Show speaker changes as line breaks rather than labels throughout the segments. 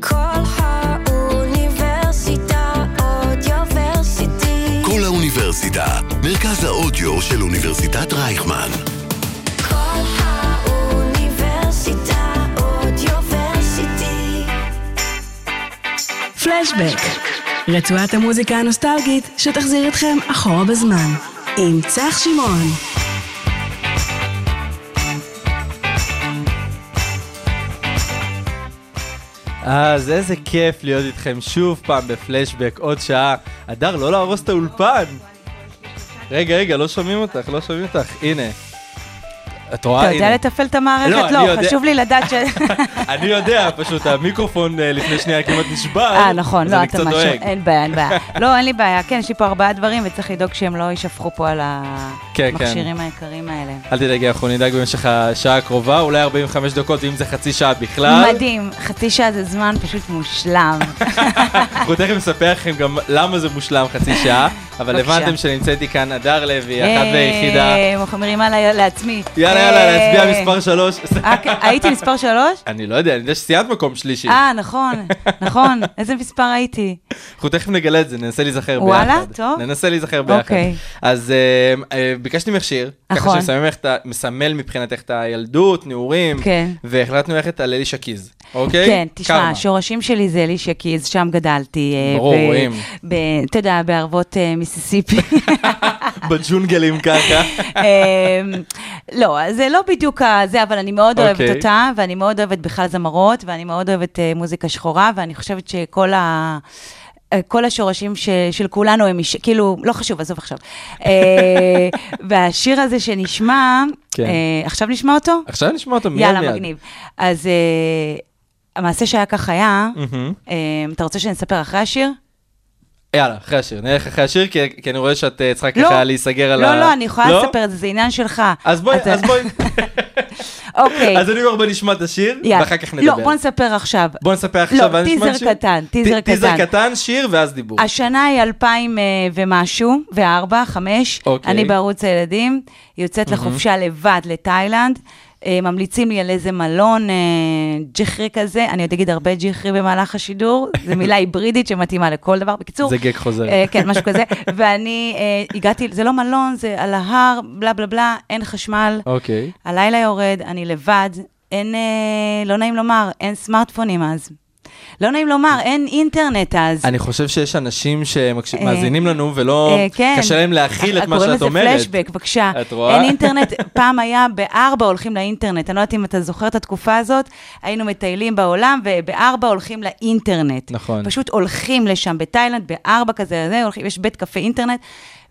כל האוניברסיטה אודיוורסיטי.
כל האוניברסיטה, מרכז האודיו של אוניברסיטת רייכמן.
כל האוניברסיטה אודיוורסיטי.
פלשבק, רצועת המוזיקה הנוסטלגית שתחזיר אתכם אחורה בזמן, עם צח שמעון.
אז איזה כיף להיות איתכם שוב פעם בפלשבק, עוד שעה. הדר, לא להרוס את האולפן! רגע, רגע, לא שומעים אותך, לא שומעים אותך. הנה. את רואה?
אתה יודע
הנה.
לתפעל את
לא,
המערכת?
אני יודע.
לא, חשוב לי לדעת ש...
אני יודע, פשוט המיקרופון אה, לפני שנייה כמעט נשבר.
אה, נכון,
אז
לא,
אני
אתה
קצת
משהו.
דואג.
אין בעיה, אין בעיה. לא, אין לי בעיה. כן, יש לי פה ארבעה דברים, וצריך לדאוג שהם לא יישפכו פה על
כן, כן.
המכשירים היקרים האלה.
אל תדאגי, אנחנו נדאג במשך השעה הקרובה, אולי 45 דקות, ואם זה חצי שעה בכלל.
מדהים, חצי שעה זה זמן פשוט מושלם.
אנחנו תכף נספר לכם גם למה זה מושלם חצי שעה, אבל
בבקשה.
הבנתם שנמצאת איתי כאן הדר לוי, אחת ויחידה.
אה, מחמירימה ל- לעצמי.
יאללה,
אה,
יאללה, להצביע מספר שלוש.
אה, כן, הייתי מספר שלוש?
אני לא יודע, אני יודע שסיימת מקום שלישי.
אה, נכון, נכון. איזה מספר הייתי?
אנחנו תכף נגלה את זה, ננסה להיזכר ביחד.
וואלה, טוב.
ננסה להיזכר ביחד.
אוקיי.
אז אה, אה, ביקשתי ממך שיר, ככה
נכון.
שמסמל לך את ה- מסמל מבחינתך את הילדות, נעורים,
כן.
והחלטנו ללכת על אלי שקיז, אוקיי?
כן, תשמע,
קרמה.
השורשים שלי זה אלישע קיז, שם גדלתי. אה,
ברור,
ב-
רואים.
ב- אתה יודע, בערבות אה, מיסיסיפי.
בג'ונגלים ככה.
אה, לא, זה לא בדיוק ה- זה, אבל אני מאוד אוהבת
אוקיי.
אותה, ואני מאוד אוהבת בכלל זמרות, ואני מאוד אוהבת אה, מוזיקה שחורה, ואני חושבת שכל ה... אה, כל השורשים ש, של כולנו הם, איש- כאילו, לא חשוב, עזוב עכשיו. אה, והשיר הזה שנשמע,
כן.
אה, עכשיו נשמע אותו?
עכשיו נשמע אותו מיד מיד.
יאללה, מגניב. אז אה, המעשה שהיה כך היה, אה, אתה רוצה שנספר אחרי השיר?
יאללה, אחרי השיר. נלך אחרי השיר, כי כי אני רואה שאת אה, צריכה
לא.
ככה להיסגר על ה...
לא, לא, אני יכולה לספר את זה, זה עניין שלך.
אז בואי,
אתה-
אז בואי,
אוקיי.
אז אני אומר בוא נשמע את השיר,
יאללה.
ואחר כך נדבר.
לא, בוא נספר עכשיו.
בוא נספר עכשיו,
לא,
ואז נשמע
טיזר
שיר.
קטן,
טי-
טיזר קטן. אה,
טיזר קטן, שיר ואז דיבור.
השנה היא 2000 אה, ומשהו, וארבע, חמש.
אוקיי.
אני בערוץ הילדים, יוצאת לחופשה לבד לתאילנד. אה, ממליצים לי על איזה מלון, אה, ג'יחרי כזה, אני עוד אגיד הרבה ג'יחרי במהלך השידור, זו מילה היברידית שמתאימה לכל דבר. בקיצור,
זה גג חוזר.
אה, כן, משהו כזה. ואני אה, הגעתי, זה לא מלון, זה על ההר, בלה בלה בלה, אין חשמל.
אוקיי.
הלילה יורד, אני לבד, אין, אה, לא נעים לומר, אין סמארטפונים אז. לא נעים לומר, אין אינטרנט אז.
אני חושב שיש אנשים
אה,
שמאזינים לנו ולא
אה, כן.
קשה להם להכיל את מה שאת
קוראים
אומרת.
לזה פלשבק, בבקשה.
את רואה?
אין אינטרנט, פעם היה בארבע הולכים לאינטרנט. אני לא יודעת אם אתה זוכר את התקופה הזאת, היינו מטיילים בעולם, ובארבע הולכים לאינטרנט.
נכון.
פשוט הולכים לשם, בתאילנד, בארבע כזה, זה, הולכים, יש בית קפה אינטרנט,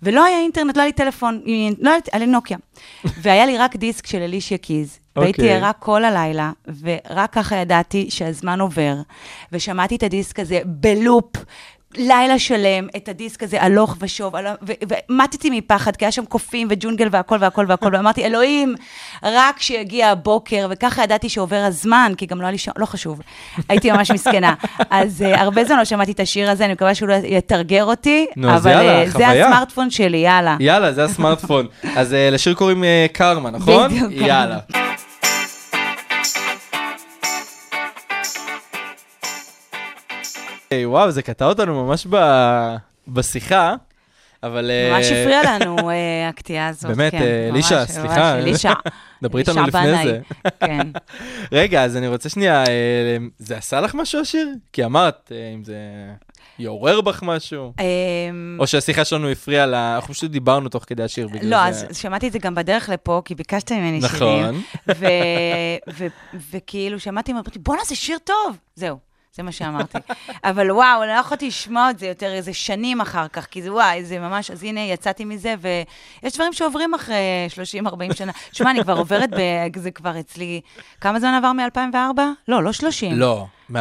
ולא היה אינטרנט, לא היה לי טלפון, לא היה לי, היה לי נוקיה. והיה לי רק דיסק של אלישיה קיז. והייתי
אוקיי.
ערה כל הלילה, ורק ככה ידעתי שהזמן עובר, ושמעתי את הדיסק הזה בלופ. לילה שלם, את הדיסק הזה הלוך ושוב, הלוך- ו- ומתתי מפחד, כי היה שם קופים וג'ונגל והכל והכל
אה.
והכל, ואמרתי, אלוהים, רק שיגיע הבוקר, וככה ידעתי שעובר הזמן, כי גם לא היה לי שם, לא חשוב, הייתי ממש מסכנה. אז uh, הרבה זמן לא שמעתי את השיר הזה, אני מקווה שהוא לא יתרגר אותי,
נו, אז
אבל
יאללה,
אה, זה
חוויה.
הסמארטפון שלי, יאללה.
יאללה, זה הסמארטפון. אז אה, לשיר קוראים אה, קרמה, נכון?
בדיוק, קרמה.
יאללה. היי, אה, וואו, זה קטע אותנו ממש ב- בשיחה, אבל... אה,
ממש הפריע לנו אה, הקטיעה הזאת,
באמת,
כן,
אה,
ממש,
אלישע,
ממש,
סליחה.
אלישע.
דברי איתנו
אלישע
לפני
בנאי,
זה.
כן.
רגע, אז אני רוצה שנייה, אה, זה עשה לך משהו השיר? כי אמרת, אה, אם זה יעורר בך משהו,
אמ,
או שהשיחה שלנו הפריעה לה, אנחנו פשוט דיברנו תוך כדי השיר בגלל זה.
לא, אז שמעתי את זה גם בדרך לפה, כי ביקשת ממני שירים.
נכון.
ו- ו- וכאילו שמעתי, אמרתי, בואנה, זה שיר טוב. זהו, זה מה שאמרתי. אבל וואו, אני לא יכולתי לשמוע את זה יותר איזה שנים אחר כך, כי זה וואי, זה ממש, אז הנה, יצאתי מזה, ויש דברים שעוברים אחרי 30-40 שנה. שמע, אני כבר עוברת, ב- זה כבר אצלי, כמה זמן עבר מ-2004? לא, לא 30.
לא, מ-2004.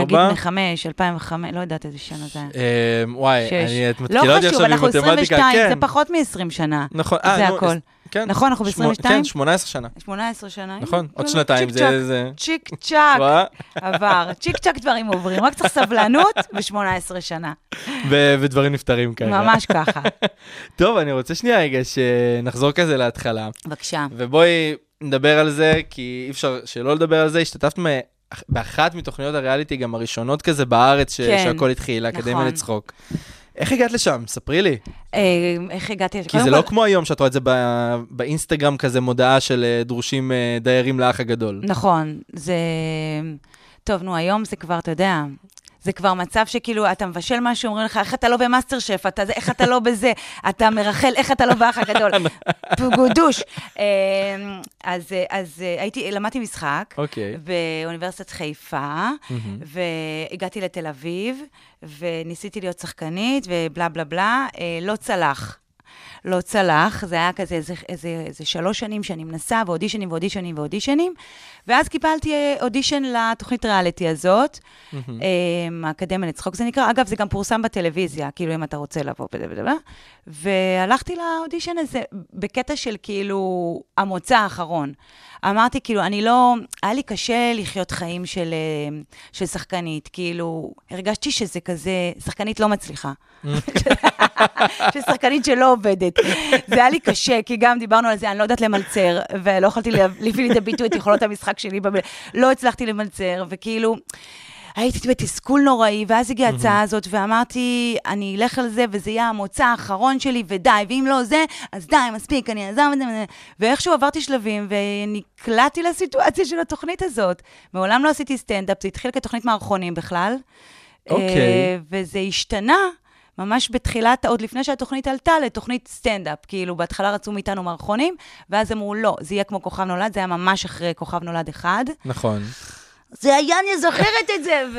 נגיד בני חמש, 2005, לא יודעת איזה שנה זה היה.
אמ, וואי,
שש.
אני- את
לא
מתחילה אותי
חשוב,
עכשיו עם
אנחנו
מתמטיקה,
22,
כן.
זה פחות מ-20 שנה.
נכון, אה,
זה
נו,
הכל.
כן.
נכון, אנחנו
שמונה-
ב-22?
כן, 18 שנה.
18 שנה.
נכון, עוד
כאילו,
שנתיים
צ'יק
זה-
צ'אק,
זה-
צ'יק צ'אק,
וואה.
עבר. צ'יק צ'אק דברים עוברים, רק צריך סבלנות ב-18 שנה.
ו- ודברים נפתרים כרגע.
ממש ככה.
טוב, אני רוצה שנייה רגע שנחזור כזה להתחלה,
בבקשה.
ובואי נדבר על זה, כי אי אפשר שלא לדבר על זה. השתתפת באחת מתוכניות הריאליטי גם הראשונות כזה בארץ, ש-
כן,
שהכל התחיל, האקדמיה
נכון.
לצחוק. איך הגעת לשם? ספרי לי.
אה, איך הגעתי?
כי
קודם
זה
כל-
לא כמו היום שאת רואה את זה ב- באינסטגרם כזה מודעה של אה, דרושים אה, דיירים לאח הגדול.
נכון, זה... טוב, נו, היום זה כבר, אתה יודע, זה כבר מצב שכאילו, אתה מבשל משהו, אומרים לך, איך אתה לא במאסטר שף, אתה זה, איך אתה לא בזה, אתה מרחל, איך אתה לא באח הגדול, גודוש. אה, אז, אה, אז אה, הייתי, למדתי משחק.
אוקיי.
באוניברסיטת חיפה, והגעתי לתל אביב, וניסיתי להיות שחקנית, ובלה בלה בלה, אה, לא צלח. לא צלח, זה היה כזה איזה, איזה, איזה שלוש שנים שאני מנסה, ואודישנים ואודישנים ואודישנים, ואז קיבלתי אה, אודישן לתוכנית ריאליטי הזאת, אה, האקדמיה לצחוק זה נקרא, אגב, זה גם פורסם בטלוויזיה, כאילו, אם אתה רוצה לבוא, בלה בלה בלה, והלכתי לאודישן הזה בקטע של כאילו המוצא האחרון. אמרתי, כאילו, אני לא, היה לי קשה לחיות חיים של, אה, של שחקנית, כאילו, הרגשתי שזה כזה, שחקנית לא מצליחה. ששחקנית שלא עובדת. זה היה לי קשה, כי גם דיברנו על זה, אני לא יודעת למלצר, ולא יכולתי לה- להביא לידי ביטוי את יכולות המשחק שלי, בב- לא הצלחתי למלצר, וכאילו... הייתי בתסכול נוראי, ואז הגיעה ההצעה הזאת, ואמרתי, אני אלך על זה, וזה יהיה המוצא האחרון שלי, ודי, ואם לא זה, אז די, מספיק, אני אעזב את זה. ואיכשהו עברתי שלבים, ונקלעתי לסיטואציה של התוכנית הזאת. מעולם לא עשיתי סטנדאפ, זה התחיל כתוכנית מערכונים בכלל.
אוקיי.
אה, וזה השתנה ממש בתחילת, עוד לפני שהתוכנית עלתה, לתוכנית סטנדאפ. כאילו, בהתחלה רצו מאיתנו מערכונים, ואז אמרו, לא, זה יהיה כמו כוכב נולד, זה היה ממש אחרי כוכב נולד אחד.
נכון.
זה היה, אני זוכרת את זה, ו...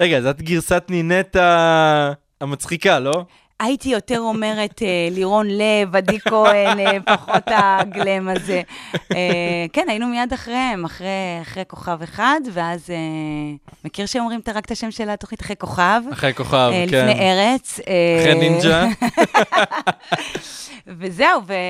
רגע, אז את גרסת נינט ה... המצחיקה, לא?
הייתי יותר אומרת אה, לירון לב, עדי כהן, אה, פחות הגלם הזה. אה, כן, היינו מיד אחריהם, אחרי, אחרי כוכב אחד, ואז, אה, מכיר שאומרים את- רק את השם של התוכנית אחרי כוכב?
אחרי כוכב,
אה,
כן.
לפני ארץ. אה,
אחרי נינג'ה.
וזהו, ו-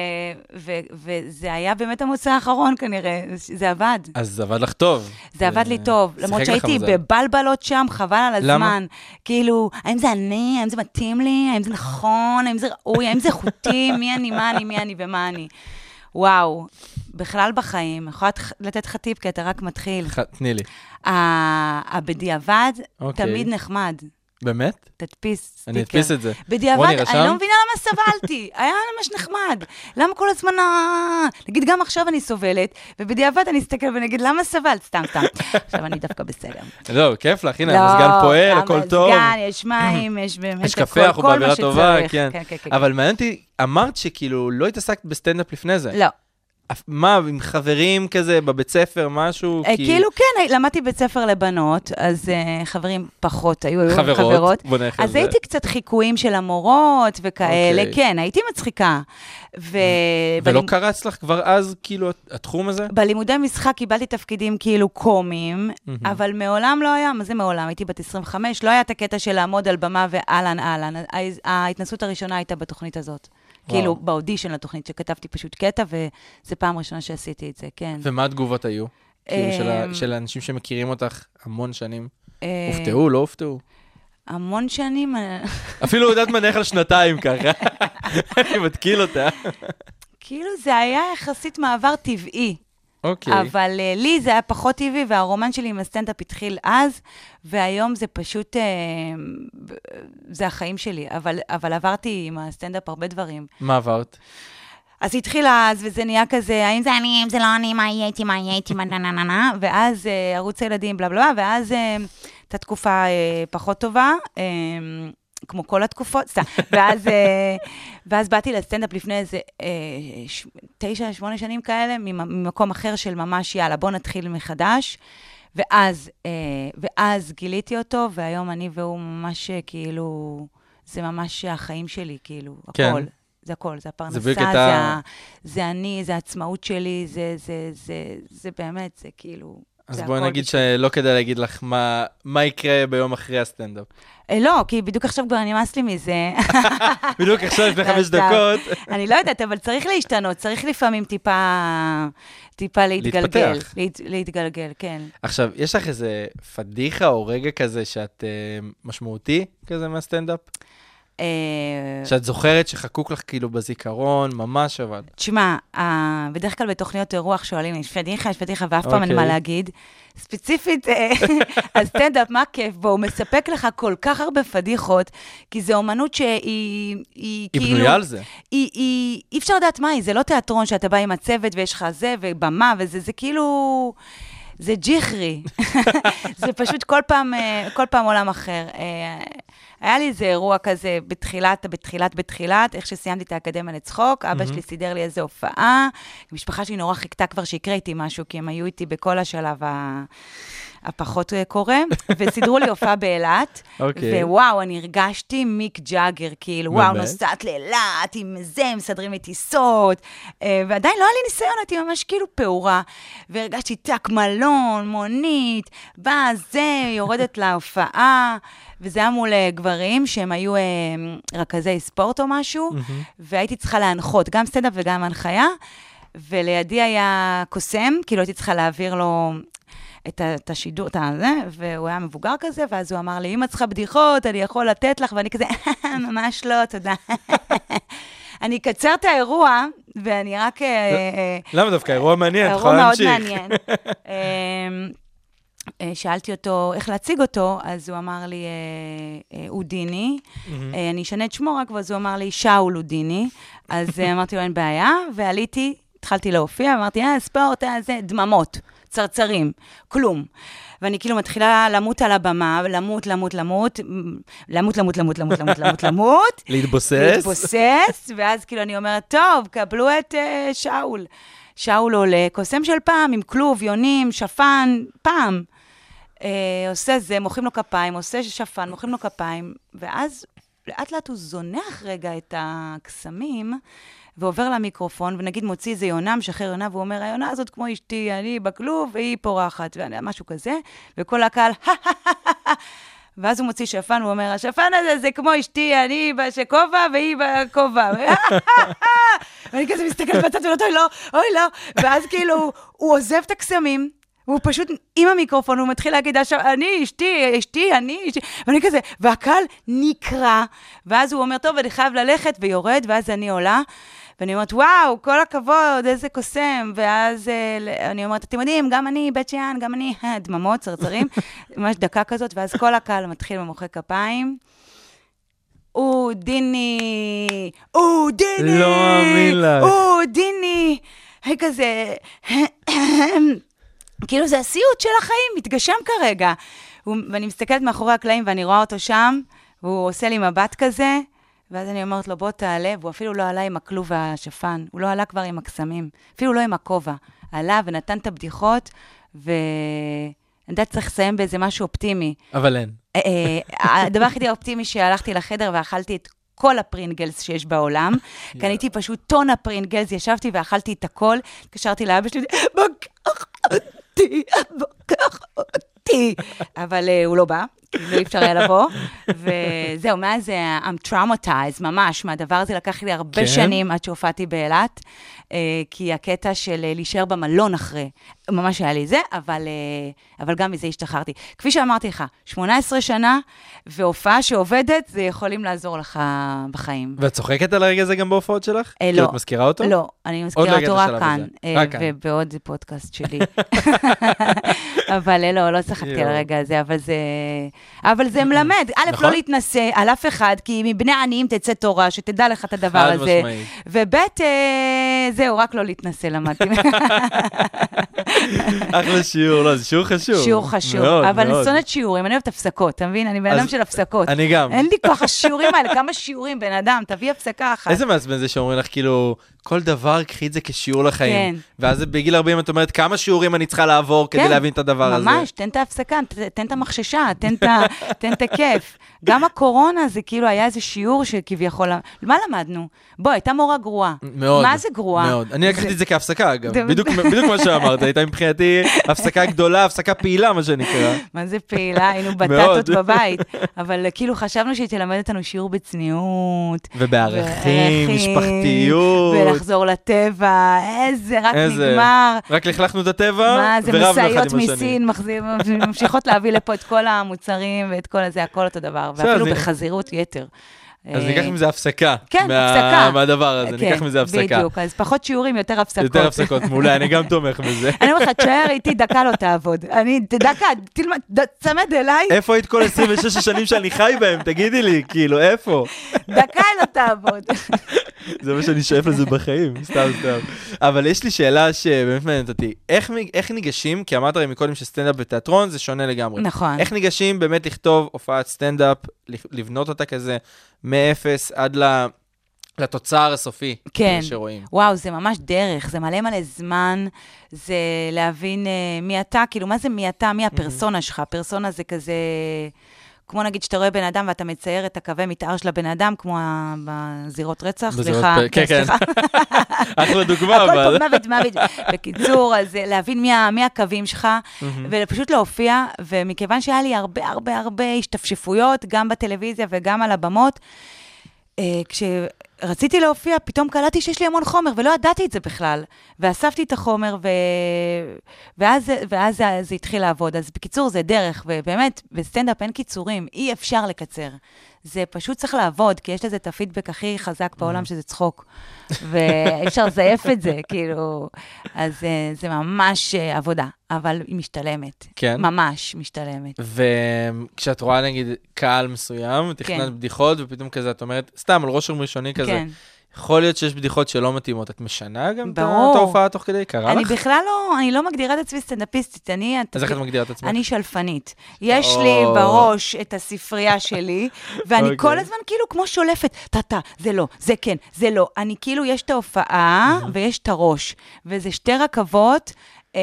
ו- וזה היה באמת המוצא האחרון כנראה, זה עבד.
אז עבד לך טוב.
זה עבד לי טוב, למרות
שיחק לך
שהייתי
מזל.
בבלבלות שם, חבל על
למה?
הזמן. כאילו, האם זה אני, האם זה מתאים לי, האם זה נכון, האם זה ראוי, האם זה איכותי, מי אני, מה אני, מי אני ומה אני. וואו, בכלל בחיים, יכולה לתת- לתת לך טיפ, כי אתה רק מתחיל.
ח- תני לי.
ה- הבדיעבד
אוקיי.
תמיד נחמד.
באמת?
תדפיס סטיקר.
אני אדפיס את זה.
בדיעבד,
רוני,
אני
רשמת?
לא מבינה למה סבלתי, היה ממש נחמד. למה כל הזמן, ה- נגיד, גם עכשיו אני סובלת, ובדיעבד אני אסתכל ואני אגיד, למה סבלת? סתם, סתם. עכשיו אני דווקא בסדר.
לא, כיף לך, הנה,
לא,
המזגן פועל,
גם
הכל טוב.
מזגן, יש מים, יש באמת
יש
הכל,
קפה, אנחנו
כל מה
באווירה טובה,
שצריך.
כן.
כן, כן, כן.
אבל מעניין אותי, אמרת שכאילו לא התעסקת בסטנדאפ לפני זה.
לא.
אף- מה, עם חברים כזה, בבית ספר, משהו?
אה,
כי-
כאילו, כן, למדתי בית ספר לבנות, אז אה, חברים פחות היו, היו
חברות,
חברות.
בוא נלך על
אז
זה.
הייתי קצת חיקויים של המורות וכאלה,
אוקיי.
כן, הייתי מצחיקה. ו-
ולא
בלימ-
קרץ לך כבר אז, כאילו, התחום הזה?
בלימודי משחק קיבלתי תפקידים כאילו קומיים, אבל מעולם לא היה, מה זה מעולם? הייתי בת 25, לא היה את הקטע של לעמוד על במה ואהלן אהלן. ההז- ההתנסות הראשונה הייתה בתוכנית הזאת.
וואו.
כאילו, באודישן לתוכנית, שכתבתי פשוט קטע, וזו פעם ראשונה שעשיתי את זה, כן.
ומה התגובות היו? כאילו, של ה-
אמ,
של האנשים שמכירים אותך המון שנים?
אה,
הופתעו, לא הופתעו?
המון שנים, אה,
אפילו יודעת מה, נלך על שנתיים ככה. אני מתקיל אותה.
כאילו זה היה יחסית מעבר טבעי.
אוקיי.
אבל אה, לי זה היה פחות טבעי, והרומן שלי עם הסטנדאפ התחיל אז, והיום זה פשוט, אה, ב- זה החיים שלי. אבל, אבל עברתי עם הסטנדאפ הרבה דברים.
מה עברת?
אז התחיל אז, וזה נהיה כזה, האם זה אני, אם זה לא אני, מה יהיה איתי, מה יהיה איתי, מה נה נה נה נה, ואז אה, ערוץ הילדים, בלה בלה, בלה, ואז אה, הייתה תקופה אה, פחות טובה, אה, כמו כל התקופות, סתם. ואז, אה, ואז באתי לסטנדאפ לפני איזה אה, ש- תשע, שמונה שנים כאלה, ממ- ממקום אחר של ממש, יאללה, בוא נתחיל מחדש. ואז, אה, ואז גיליתי אותו, והיום אני והוא ממש אה, כאילו, זה ממש החיים שלי, כאילו,
כן.
הכל. זה הכל, זה הפרנסה, זה,
בדיוק את
זה,
ה-
ה... זה אני, זה העצמאות שלי, זה, זה, זה, זה באמת, זה כאילו...
אז
זה
בואי
הכל
נגיד
בשבילי.
שלא כדאי להגיד לך מה- מה יקרה ביום אחרי הסטנדאפ.
אה, לא, כי בדיוק עכשיו כבר נמאס לי מזה.
בדיוק עכשיו, לפני חמש
אז,
דקות.
אני לא יודעת, אבל צריך להשתנות, צריך לפעמים טיפה, טיפה להתגלגל.
להתפתח.
להת, להתגלגל, כן.
עכשיו, יש לך איזה פדיחה או רגע כזה שאת אה, משמעותי כזה מהסטנדאפ?
אה,
שאת זוכרת שחקוק לך כאילו בזיכרון, ממש אבל.
תשמע, אה, בדרך כלל בתוכניות אירוח שואלים, יש פדיחה, יש פדיחה, ואף פעם אין
אוקיי.
מה להגיד. ספציפית, אה, הסטנדאפ, מה הכיף בו? הוא מספק לך כל כך הרבה פדיחות, כי זו אומנות שהיא היא
היא
כאילו...
בנויה על זה.
היא, היא, אי אפשר לדעת מה היא, זה לא תיאטרון שאתה בא עם הצוות ויש לך זה ובמה וזה, זה כאילו... זה ג'יחרי. זה פשוט כל פעם, אה, כל פעם עולם אחר. אה, היה לי איזה אירוע כזה בתחילת, בתחילת, בתחילת, איך שסיימתי את האקדמיה לצחוק, אבא שלי סידר לי איזו הופעה. המשפחה שלי נורא חיכתה כבר שיקרה איתי משהו, כי הם היו איתי בכל השלב ה... הפחות אה, קורה, וסידרו לי הופעה באילת.
אוקיי.
ווואו, אני הרגשתי מיק ג'אגר, כאילו, וואו,
באמת?
נוסעת לאילת עם זה, מסדרים לי טיסות, אה, ועדיין לא היה לי ניסיון, הייתי ממש כאילו פעורה. והרגשתי טאק מלון, מונית, באה זה, יורדת להופעה, וזה היה מול אה, גברים שהם היו אה, רכזי ספורט או משהו, והייתי צריכה להנחות, גם סטנדאפ וגם הנחיה, ולידי היה קוסם, כאילו הייתי צריכה להעביר לו... את, ה- את השידור, את הזה, והוא היה מבוגר כזה, ואז הוא אמר לי, אמא צריכה בדיחות, אני יכול לתת לך, ואני כזה, ממש לא, תודה. אני אקצר את האירוע, ואני רק... אה, אה,
למה דווקא? אירוע מעניין, את
אירוע
יכולה
מאוד
להמשיך.
אה, מעניין. אמ, אה, שאלתי אותו איך להציג אותו, אז הוא אמר לי, אה, אה, אודיני, אה, אני אשנה את שמו רק, ואז הוא אמר לי, שאול אודיני. אז אה, אמרתי לו, אין בעיה, ועליתי, התחלתי להופיע, אמרתי, אה, ספורט, אה, זה, דממות, צרצרים, כלום. ואני כאילו מתחילה למות על הבמה, למות, למות, למות, מ, למות, למות, למות, למות, למות, למות, למות.
להתבוסס?
להתבוסס, ואז כאילו אני אומרת, טוב, קבלו את אה, שאול. שאול עולה, קוסם של פעם, עם כלוב, יונים, שפן, פעם. אה, עושה זה, מוחאים לו כפיים, עושה שפן, מוחאים לו כפיים, ואז לאט לאט הוא זונח רגע את הקסמים, ועובר למיקרופון, ונגיד מוציא איזה יונה, משחרר יונה, והוא אומר, היונה הזאת כמו אשתי, אני בכלוב, והיא פורחת, ומשהו כזה, וכל הקהל, ואז הוא מוציא שפן, הוא אומר, השפן הזה זה כמו אשתי, אני בכובע והיא בכובע. ואני כזה מסתכלת בצד ואומרת, אוי לא, אוי לא. ואז כאילו, הוא עוזב את הקסמים. והוא פשוט עם המיקרופון, הוא מתחיל להגיד, "עכשיו, אני, אשתי, אשתי, אני, אשתי, ואני כזה, והקהל נקרע, ואז הוא אומר, טוב, אני חייב ללכת, ויורד, ואז אני עולה, ואני אומרת, וואו, כל הכבוד, איזה קוסם. ואז אה, ל- אני אומרת, אתם יודעים, גם אני, בית שאן, גם אני, דממות, צרצרים, ממש דקה כזאת, ואז כל הקהל מתחיל ומוחא כפיים. אודיני, אודיני,
לא מאמין לך.
אודיני, כזה, כאילו זה הסיוט של החיים, מתגשם כרגע. הוא, ואני מסתכלת מאחורי הקלעים ואני רואה אותו שם, והוא עושה לי מבט כזה, ואז אני אומרת לו, בוא תעלה, והוא אפילו לא עלה עם הכלוב והשפן, הוא לא עלה כבר עם הקסמים, אפילו לא עם הכובע. עלה ונתן את הבדיחות, ואני יודעת, צריך לסיים באיזה משהו אופטימי.
אבל אין.
אה, הדבר הכי אופטימי שהלכתי לחדר ואכלתי את כל הפרינגלס שיש בעולם. קניתי פשוט טונה פרינגלס, ישבתי ואכלתי את הכל. התקשרתי לאבא שלי, בקח אותי, בקח אותי. אבל אה, הוא לא בא. כאילו אי אפשר היה לבוא, וזהו, מאז אה, I'm traumatized ממש, מהדבר הזה לקח לי הרבה
כן?
שנים עד שהופעתי באילת, אה, כי הקטע של אה, להישאר במלון אחרי, ממש היה לי זה, אבל, אה, אבל גם מזה השתחררתי. כפי שאמרתי לך, 18 שנה, והופעה שעובדת, זה יכולים לעזור לך בחיים.
ואת צוחקת על הרגע הזה גם בהופעות שלך?
אה,
כאילו,
לא.
את מזכירה אותו?
לא, אני
לא
מזכירה
הגעת
אותו רק
לשלב
כאן,
הזה.
אה,
רק כאן.
ובעוד פודקאסט שלי. אבל אה, לא, לא צחקתי על
יואו.
הרגע הזה, אבל זה... אבל זה מלמד, א',
נכון.
לא להתנשא על אף אחד, כי מבני עניים תצא תורה, שתדע לך את הדבר
חד
הזה.
משמעית.
וב', אה, זהו, רק לא להתנשא למדתי.
אחלה שיעור, לא, זה שיעור חשוב.
שיעור חשוב.
מאוד,
אבל אני
מאוד.
שונאת שיעורים, אני אוהבת הפסקות, אתה מבין? אני בן אדם
אז
של הפסקות.
אני גם.
אין לי כוח השיעורים האלה, כמה שיעורים, בן אדם, תביא הפסקה אחת.
איזה מעצבן זה שאומרים לך, כאילו, כל דבר, קחי את זה כשיעור לחיים.
כן.
ואז בגיל 40 את אומרת, כמה שיעורים אני צריכה לעבור כדי
כן,
להבין את הדבר הזה.
ממש, תן את ההפסקה, ת- תן את המחששה, תן את ה- תן את הכיף. גם הקורונה זה כאילו היה איזה שיעור שכביכול, מה למדנו? בוא, הייתה מורה גרועה.
מאוד.
מה זה גרועה?
מאוד. אני לקחתי את זה כהפסקה, אגב.
זה-
בדיוק בדיוק מה שאמרת, הייתה מבחינתי הפסקה גדולה, הפסקה פעילה, מה שנקרא.
מה זה פעילה? היינו בטטות
מאוד.
בבית. אבל כאילו חשבנו שהיא תלמד אותנו שיעור בצניעות.
ובערכים,
וערכים,
משפחתיות.
ולחזור לטבע, איזה, רק
איזה-
נגמר.
רק לכלכנו את הטבע,
מה זה,
ורבנו אחד
משאיות
עם השני.
מסין מחזיר- ממשיכות להביא לפה את כל המוצרים ואת כל הזה, הכל אותו דבר,
בסדר,
ואפילו
זה-
בחזירות יתר.
אז ניקח
אה,
מזה הפסקה.
כן,
מה-
הפסקה.
מהדבר הזה, ניקח
כן,
מזה הפסקה.
בדיוק, אז פחות שיעורים, יותר הפסקות.
יותר הפסקות, מעולה, אני גם תומך בזה.
אני אומר לך, תשאר איתי, דקה לא תעבוד. אני, דקה, תלמד, ד- צמד אליי,
איפה היית כל 26 השנים שאני חי בהם? תגידי לי, כאילו, איפה?
דקה לא תעבוד.
זה מה שאני שואף לזה בחיים, סתם סתם. אבל יש לי שאלה שבאמת מעניינת אותי. איך, מ- איך ניגשים, כי אמרת לי מקודם שסטנדאפ בתיאטרון זה שונה לגמרי.
נכון.
איך ניגשים באמת לכתוב הופעת סטנדאפ, לכ- לבנות אותה כזה מאפס עד ל... לתוצר הסופי
כן.
שרואים.
וואו, זה ממש דרך, זה מלא מלא זמן, זה להבין אה, מי אתה, כאילו, מה זה מי אתה, מי הפרסונה שלך. פרסונה זה כזה, כמו נגיד שאתה רואה בן אדם ואתה מצייר את הקווי מתאר של הבן אדם, כמו ה- בזירות רצח,
בזירות
סליחה.
פ- כן, כן.
סליחה.
אחלה דוגמה,
הכל פה
אבל...
מוות, מוות. בקיצור, אז אה, להבין מי, ה- מי הקווים שלך, ופשוט להופיע, ומכיוון שהיה לי הרבה הרבה הרבה השתפשפויות, גם בטלוויזיה וגם על הבמות, אה, כשרציתי להופיע, פתאום קלטתי שיש לי המון חומר, ולא ידעתי את זה בכלל. ואספתי את החומר, ו... ואז, זה- ואז זה, זה התחיל לעבוד. אז בקיצור, זה דרך, ובאמת, בסטנדאפ אין קיצורים, אי אפשר לקצר. זה פשוט צריך לעבוד, כי יש לזה את הפידבק הכי חזק בעולם, שזה צחוק. ואי אפשר לזייף את זה, כאילו... אז אה, זה ממש אה, עבודה, אבל היא משתלמת.
כן.
ממש משתלמת.
וכשאת רואה נגיד קהל
כן.
מסוים, תכננת בדיחות, ופתאום כזה את אומרת, סתם על ראש ראשוני כזה,
כן.
יכול להיות שיש בדיחות שלא מתאימות, את משנה גם את ה-
ברור.
את ההופעה תוך כדי, קרה
אני
לך?
בכלל לא, אני לא מגדירה את עצמי סטנדאפיסטית, אני...
אז איך את מגדירה את עצמך?
אני שלפנית. יש לי
או.
בראש את הספרייה שלי, ואני
אוקיי.
כל הזמן כאילו כמו שולפת, טה-טה, זה לא, זה כן, זה לא. אני כאילו, יש את ההופעה ויש את הראש, וזה שתי רכבות. אמ,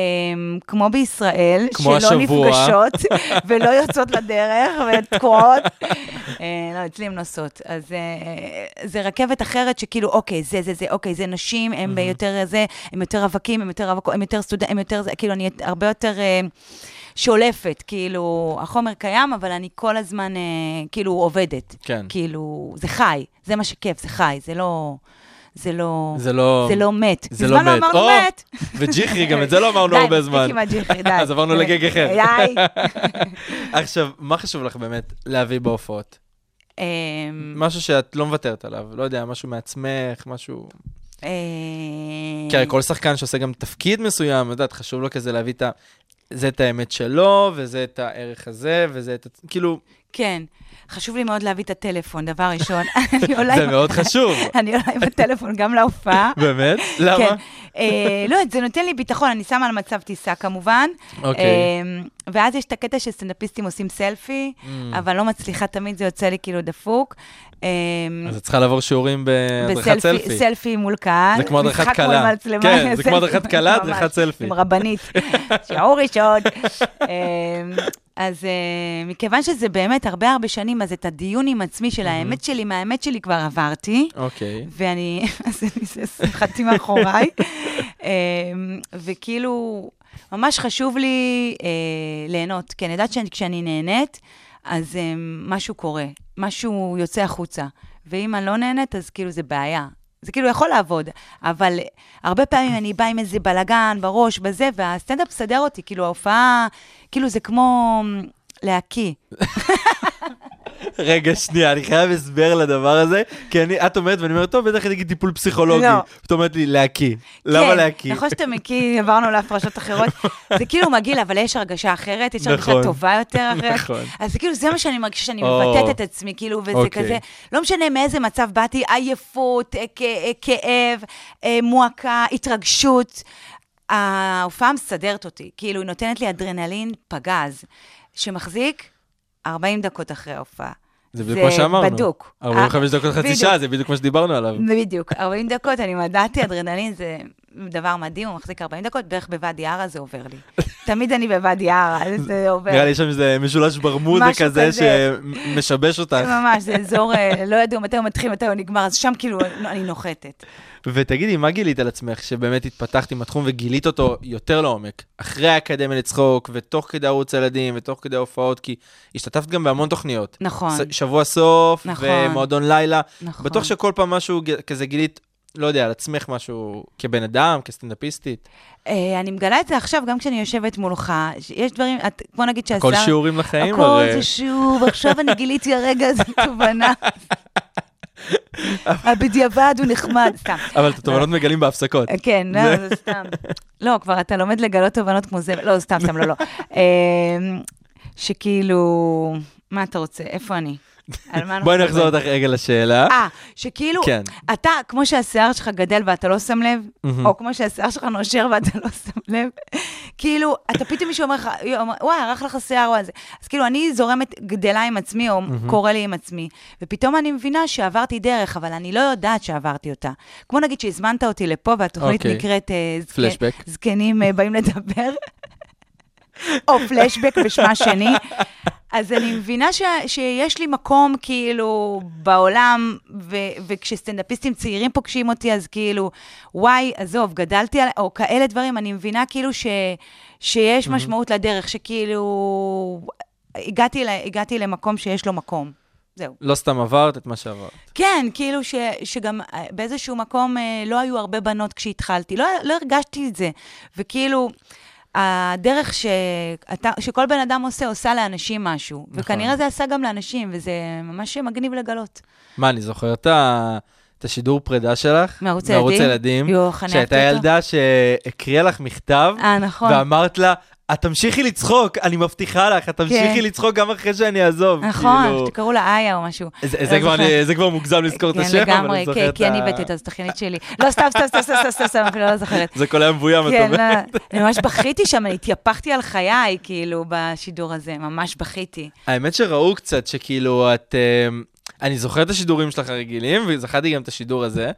כמו בישראל,
כמו
שלא
השבוע.
נפגשות ולא יוצאות לדרך ותקועות. אה, לא, אצלי הן נוסעות. אז אה, זה רכבת אחרת שכאילו, אוקיי, זה, זה, זה, אוקיי, זה נשים, הם יותר זה, הם יותר רווקים, הם יותר רווקות, הם יותר סטודנט, הם יותר זה, כאילו, אני הרבה יותר אה, שולפת, כאילו, החומר קיים, אבל אני כל הזמן, אה, כאילו, עובדת.
כן.
כאילו, זה חי, זה מה שכיף, זה חי, זה לא... זה לא...
זה לא-
זה לא מת.
זה לא מת.
מזמן לא אמרנו
או,
מת.
וג'יחרי, גם את זה לא אמרנו הרבה
די,
זמן.
מספיק עם הג'יחרי, די.
אז עברנו לגג אחר.
די.
עכשיו, מה חשוב לך באמת להביא בהופעות?
אמ,
משהו שאת לא מוותרת עליו, לא יודע, משהו מעצמך, משהו...
אה,
כי הרי כל שחקן שעושה גם תפקיד מסוים, את יודעת, חשוב לו כזה להביא את ה... זה את האמת שלו, וזה את הערך הזה, וזה את... ה- כאילו,
כן. חשוב לי מאוד להביא את הטלפון, דבר ראשון. אני עולה
זה
עם-
מאוד חשוב.
אני עולה עם הטלפון גם להופעה.
באמת?
כן.
למה?
אה, לא, זה נותן לי ביטחון, אני שמה על מצב טיסה כמובן.
אוקיי. Mm.
אה, ואז יש את הקטע שסטנדאפיסטים עושים סלפי, אבל לא מצליחה תמיד, זה יוצא לי כאילו דפוק. אה,
אז את צריכה לעבור שיעורים בהדרכת סלפי.
סלפי מול קהל.
זה כמו הדרכת
משחק
כלה.
מול מצלמה,
כן, זה כמו
סלפי,
הדרכת כלה,
ממש,
הדרכת סלפי.
עם רבנית. שיעור ראשון. אמ, אז אה, מכיוון שזה באמת הרבה הרבה שנים, אז את הדיון עם עצמי של האמת שלי מהאמת שלי כבר עברתי.
אוקיי.
ואני, אז אני זה שמחתי מאחוריי. אמ, וכאילו, ממש חשוב לי אה, ליהנות, כי אני יודעת שכשאני נהנית, אז אה, משהו קורה, משהו יוצא החוצה. ואם אני לא נהנית, אז כאילו זה בעיה. זה כאילו יכול לעבוד, אבל הרבה פעמים אני באה עם איזה בלגן בראש, בזה, והסטנדאפ מסדר אותי, כאילו ההופעה, כאילו זה כמו להקיא.
רגע, שנייה, אני חייב הסבר לדבר הזה, כי אני, את אומרת, ואני אומר, טוב, בטח נגיד טיפול פסיכולוגי.
לא.
את אומרת לי, להקיא. למה
כן,
להקיא?
נכון שאתה מקיא, עברנו להפרשות אחרות. זה כאילו מגעיל, אבל יש הרגשה אחרת, יש הרגשה
נכון.
טובה יותר אחרת.
נכון.
אז זה כאילו, זה מה שאני מרגישה, שאני
או.
מבטאת את עצמי, כאילו, וזה
אוקיי.
כזה, לא משנה מאיזה מצב באתי, עייפות, אה, כ- אה, כאב, אה, מועקה, התרגשות. ההופעה מסדרת אותי, כאילו, היא נותנת לי אדרנלין פגז, שמחזיק 40 דקות אחרי ההופעה.
זה בדיוק מה שאמרנו.
בדוק. אה,
45 דקות חצי
בדיוק.
שעה, זה בדיוק מה שדיברנו עליו.
בדיוק, 40 דקות, אני מדעתי, אדרנלין זה דבר מדהים, הוא מחזיק 40 דקות, בערך בוואדי ערה זה עובר לי. תמיד אני בוואדי ערה, זה עובר.
נראה לי שם איזה משולש ברמודה
משהו
כזה
כזה.
שמשבש אותך.
ממש, זה אזור, אה, לא ידעו מתי הוא מתחיל, מתי הוא נגמר, אז שם כאילו אני נוחתת.
ותגידי, מה גילית על עצמך שבאמת התפתחת עם התחום וגילית אותו יותר לעומק? אחרי האקדמיה לצחוק, ותוך כדי ערוץ הילדים, ותוך כדי הופעות, כי השתתפת גם בהמון תוכניות.
נכון.
ס- שבוע סוף,
נכון.
ומועדון לילה.
נכון.
בטוח שכל פעם משהו ג- כזה גילית, לא יודע, על עצמך משהו כבן אדם, כסטנדאפיסטית.
אה, אני מגלה את זה עכשיו, גם כשאני יושבת מולך, ש- יש דברים, את- בוא נגיד שהשר...
כל שיעורים לחיים,
הכל
הרי.
זה שיעור, ועכשיו אני גיליתי הרגע איזה תובנה. הבדיעבד הוא נחמד, סתם.
אבל את התובנות מגלים בהפסקות.
כן, לא, זה סתם. לא, כבר אתה לומד לגלות תובנות כמו זה, לא, סתם, סתם, לא, לא. אמ, שכאילו, מה אתה רוצה? איפה אני? על מה כן, אנחנו
בואי נחזור
מדברים?
אותך רגע לשאלה.
אה, שכאילו,
כן.
אתה, כמו שהשיער שלך גדל ואתה לא שם לב,
מהמם.
או כמו שהשיער שלך נושר ואתה לא שם לב, כאילו, אתה פתאום מישהו אומר לך, יו, אומר, וואי, ערך לך שיער או על זה. אז כאילו, אני זורמת גדלה עם עצמי, או קורה לי עם עצמי, ופתאום אני מבינה שעברתי דרך, אבל אני לא יודעת שעברתי אותה. כמו נגיד שהזמנת אותי לפה, והתוכנית
אוקיי.
נקראת אה, זק-
פלשבק.
זקנים אה, באים לדבר, או פלשבק בשמה שני. אז אני מבינה ש, שיש לי מקום כאילו בעולם, ו, וכשסטנדאפיסטים צעירים פוגשים אותי, אז כאילו, וואי, עזוב, גדלתי על... או כאלה דברים, אני מבינה כאילו ש, שיש משמעות לדרך, שכאילו... הגעתי, ל, הגעתי למקום שיש לו מקום. זהו.
לא סתם עברת את מה שעברת.
כן, כאילו ש, שגם אה, באיזשהו מקום אה, לא היו הרבה בנות כשהתחלתי, לא, לא הרגשתי את זה. וכאילו, הדרך שאתה, שכל בן אדם עושה, עושה לאנשים משהו. נכון. וכנראה זה עשה גם לאנשים, וזה ממש מגניב לגלות.
מה, אני זוכר את ה... את השידור פרידה שלך,
מערוץ
מערוץ
הילדים?
ילדים,
יואו, איך אני
שהייתה
אהבתי אותו.
ילדה שהקריאה לך מכתב,
אה, נכון.
ואמרת לה, את תמשיכי לצחוק, אני מבטיחה לך, את תמשיכי
כן.
לצחוק גם אחרי שאני אעזוב.
נכון,
כאילו,
שקראו לה איה או משהו.
זה-
לא
זה כבר-
זוכרת.
זה כבר מוגזם לזכור את
כן,
השם, אבל
לגמרי,
אני זוכר
כן,
את
כי אני
ה-
הבאתי את הזכיינית שלי. לא, סתם, סתם, סתם, סתם, סתם, סתם, אפילו לא זוכרת.
זה כל היום מבוים, את
כן,
אומרת.
לא, אני ממש בכיתי שם, אני התייפחתי על חיי, כאילו, בשידור הזה, ממש בכיתי.
האמת שראו קצת שכאילו את... אמ, אני זוכר את השידורים שלך הרגילים, וזכרתי גם את השידור הזה,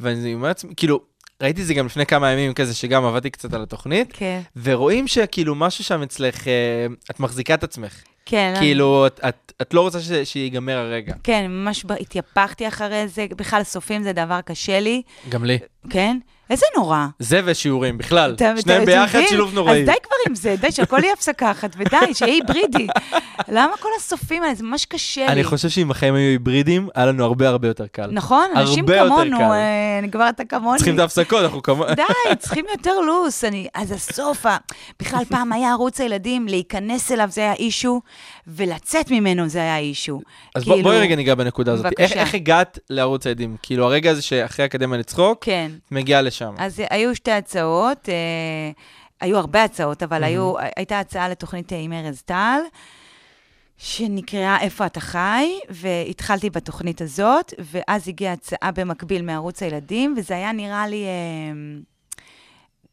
ואני אומר לעצמי, כאילו, ראיתי זה גם לפני כמה ימים כזה, שגם עבדתי קצת על התוכנית,
כן,
ורואים שכאילו משהו שם אצלך, אמ, את מחזיקה את עצמך.
כן. לא,
כאילו, את- את- את לא רוצה ש- שיגמר הרגע.
כן, ממש ב- התייפחתי אחרי זה, בכלל סופים זה דבר קשה לי,
גם לי.
כן? איזה נורא.
זה ושיעורים, בכלל.
אתה- אתה-
שניהם
אתה
ביחד,
מבין?
שילוב נוראי.
אז די כבר עם זה, די, שהכל יהיה הפסקה אחת, ודי, שיהיה היברידי. למה כל הסופים האלה? זה ממש קשה לי.
אני חושב שאם החיים היו היברידים, היה לנו הרבה הרבה יותר קל.
נכון? אנשים
הרבה יותר
כמונו,
קל.
אה, אני כבר אתה כמוני.
צריכים את ההפסקות, אנחנו כמובן...
די, צריכים יותר לוס. אני, אז הסוף, ה- בכלל פעם היה ערוץ הילדים, להיכנס אליו זה היה אישו, ולצאת ממנו זה היה אישו.
אז בוא- בואי רגע ניגע בנקודה הזאת. איך-
כאילו. בבקשה.
איך הגעת לערוץ העדים? כאילו, הרגע הזה שאחרי האקדמיה לצחוק,
כן.
את מגיעה לשם.
אז אה, היו שתי הצעות, אה, היו הרבה הצעות, אבל היו, הייתה הצעה לתוכנית אה, עם ארז טל, שנקראה איפה אתה חי, והתחלתי בתוכנית הזאת, ואז הגיעה הצעה במקביל מערוץ הילדים, וזה היה נראה לי אה,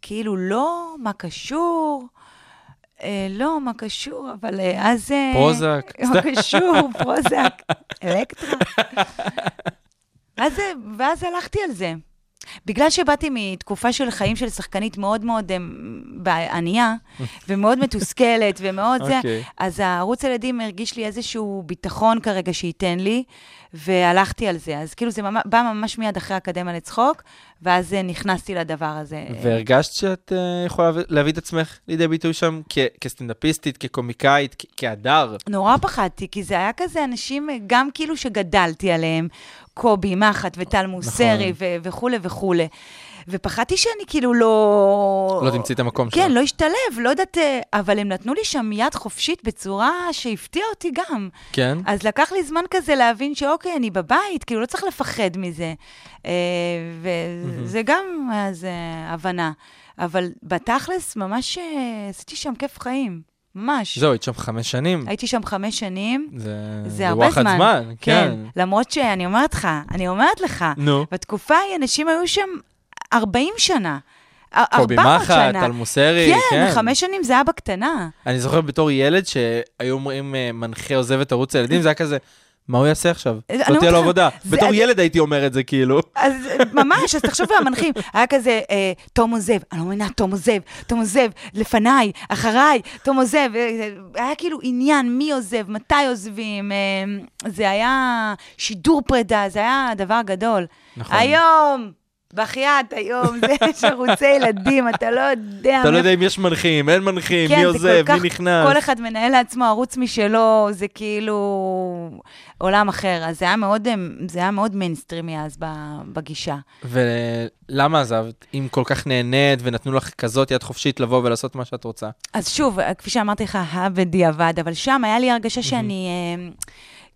כאילו לא, מה קשור? אה, לא, מה קשור, אבל אה, אז... אה,
פרוזק.
מה קשור, פרוזק, אלקטרה. ואז, זה- ואז הלכתי על זה. בגלל שבאתי מתקופה של חיים של שחקנית מאוד מאוד אה, בע- ענייה, ומאוד מתוסכלת, ומאוד זה,
אוקיי.
אז הערוץ הילדים הרגיש לי איזשהו ביטחון כרגע שייתן לי, והלכתי על זה. אז כאילו זה ממ- בא ממש מיד אחרי האקדמיה לצחוק, ואז אה, נכנסתי לדבר הזה.
והרגשת שאת אה, יכולה להביא את עצמך לידי ביטוי שם כ- כסטנדאפיסטית, כקומיקאית, כ- כהדר?
נורא פחדתי, כי זה היה כזה אנשים, גם כאילו שגדלתי עליהם, קובי, מחט וטל מוסרי ו- וכולי וכולי. ופחדתי שאני כאילו לא...
לא תמצאי את המקום
כן,
שלך.
לא השתלב, לא יודעת, אה, אבל הם נתנו לי שם יד חופשית בצורה שהפתיעה אותי גם.
כן?
אז לקח לי זמן כזה להבין שאוקיי, אני בבית, כאילו לא צריך לפחד מזה. אה, וזה גם אז אה, הבנה. אבל בתכלס, ממש אה, עשיתי שם כיף חיים, ממש.
זהו, היית שם חמש שנים.
הייתי שם חמש שנים.
אה, זה
זה הרבה
וואחד
זמן.
זמן, כן.
למרות שאני אומרת לך, אני אומרת לך,
נו.
בתקופה ההיא אנשים היו שם 40 שנה.
קובי
400
מחט,
שנה.
טל מוסרי,
כן,
כן.
חמש שנים זה היה בקטנה.
אני זוכר בתור ילד שהיו אומרים, אה, מנחה עוזב את ערוץ הילדים, זה היה כזה, מה הוא יעשה עכשיו?
אה, אני
לא
אומרת
תהיה לו
לך,
עבודה.
זה-
בתור
אני-
ילד הייתי אומר את זה, כאילו.
אז ממש, אז תחשוב על המנחים. היה כזה, אה, תום עוזב, אני לא מבינה, תום עוזב, תום עוזב, לפניי, אחריי, תום עוזב. אה, אה, היה כאילו עניין, מי עוזב, מתי עוזבים. אה, זה היה שידור פרידה, זה היה דבר גדול.
נכון.
היום, בחייאת, היום, זה יש ערוצי ילדים, אתה לא יודע.
אתה לא
מאיפה-
יודע אם יש מנחים, אין מנחים,
כן,
מי
זה
עוזב,
כל כך-
מי נכנס.
כל אחד מנהל לעצמו ערוץ משלו, זה כאילו עולם אחר. אז זה היה מאוד, אה, זה היה מאוד מיינסטרימי אז ב- בגישה.
ולמה עזבת, אם כל כך נהנית ונתנו לך כזאת יד חופשית לבוא ולעשות מה שאת רוצה?
אז שוב, כפי שאמרתי לך, הבדיעבד, אבל שם היה לי הרגשה שאני... אה,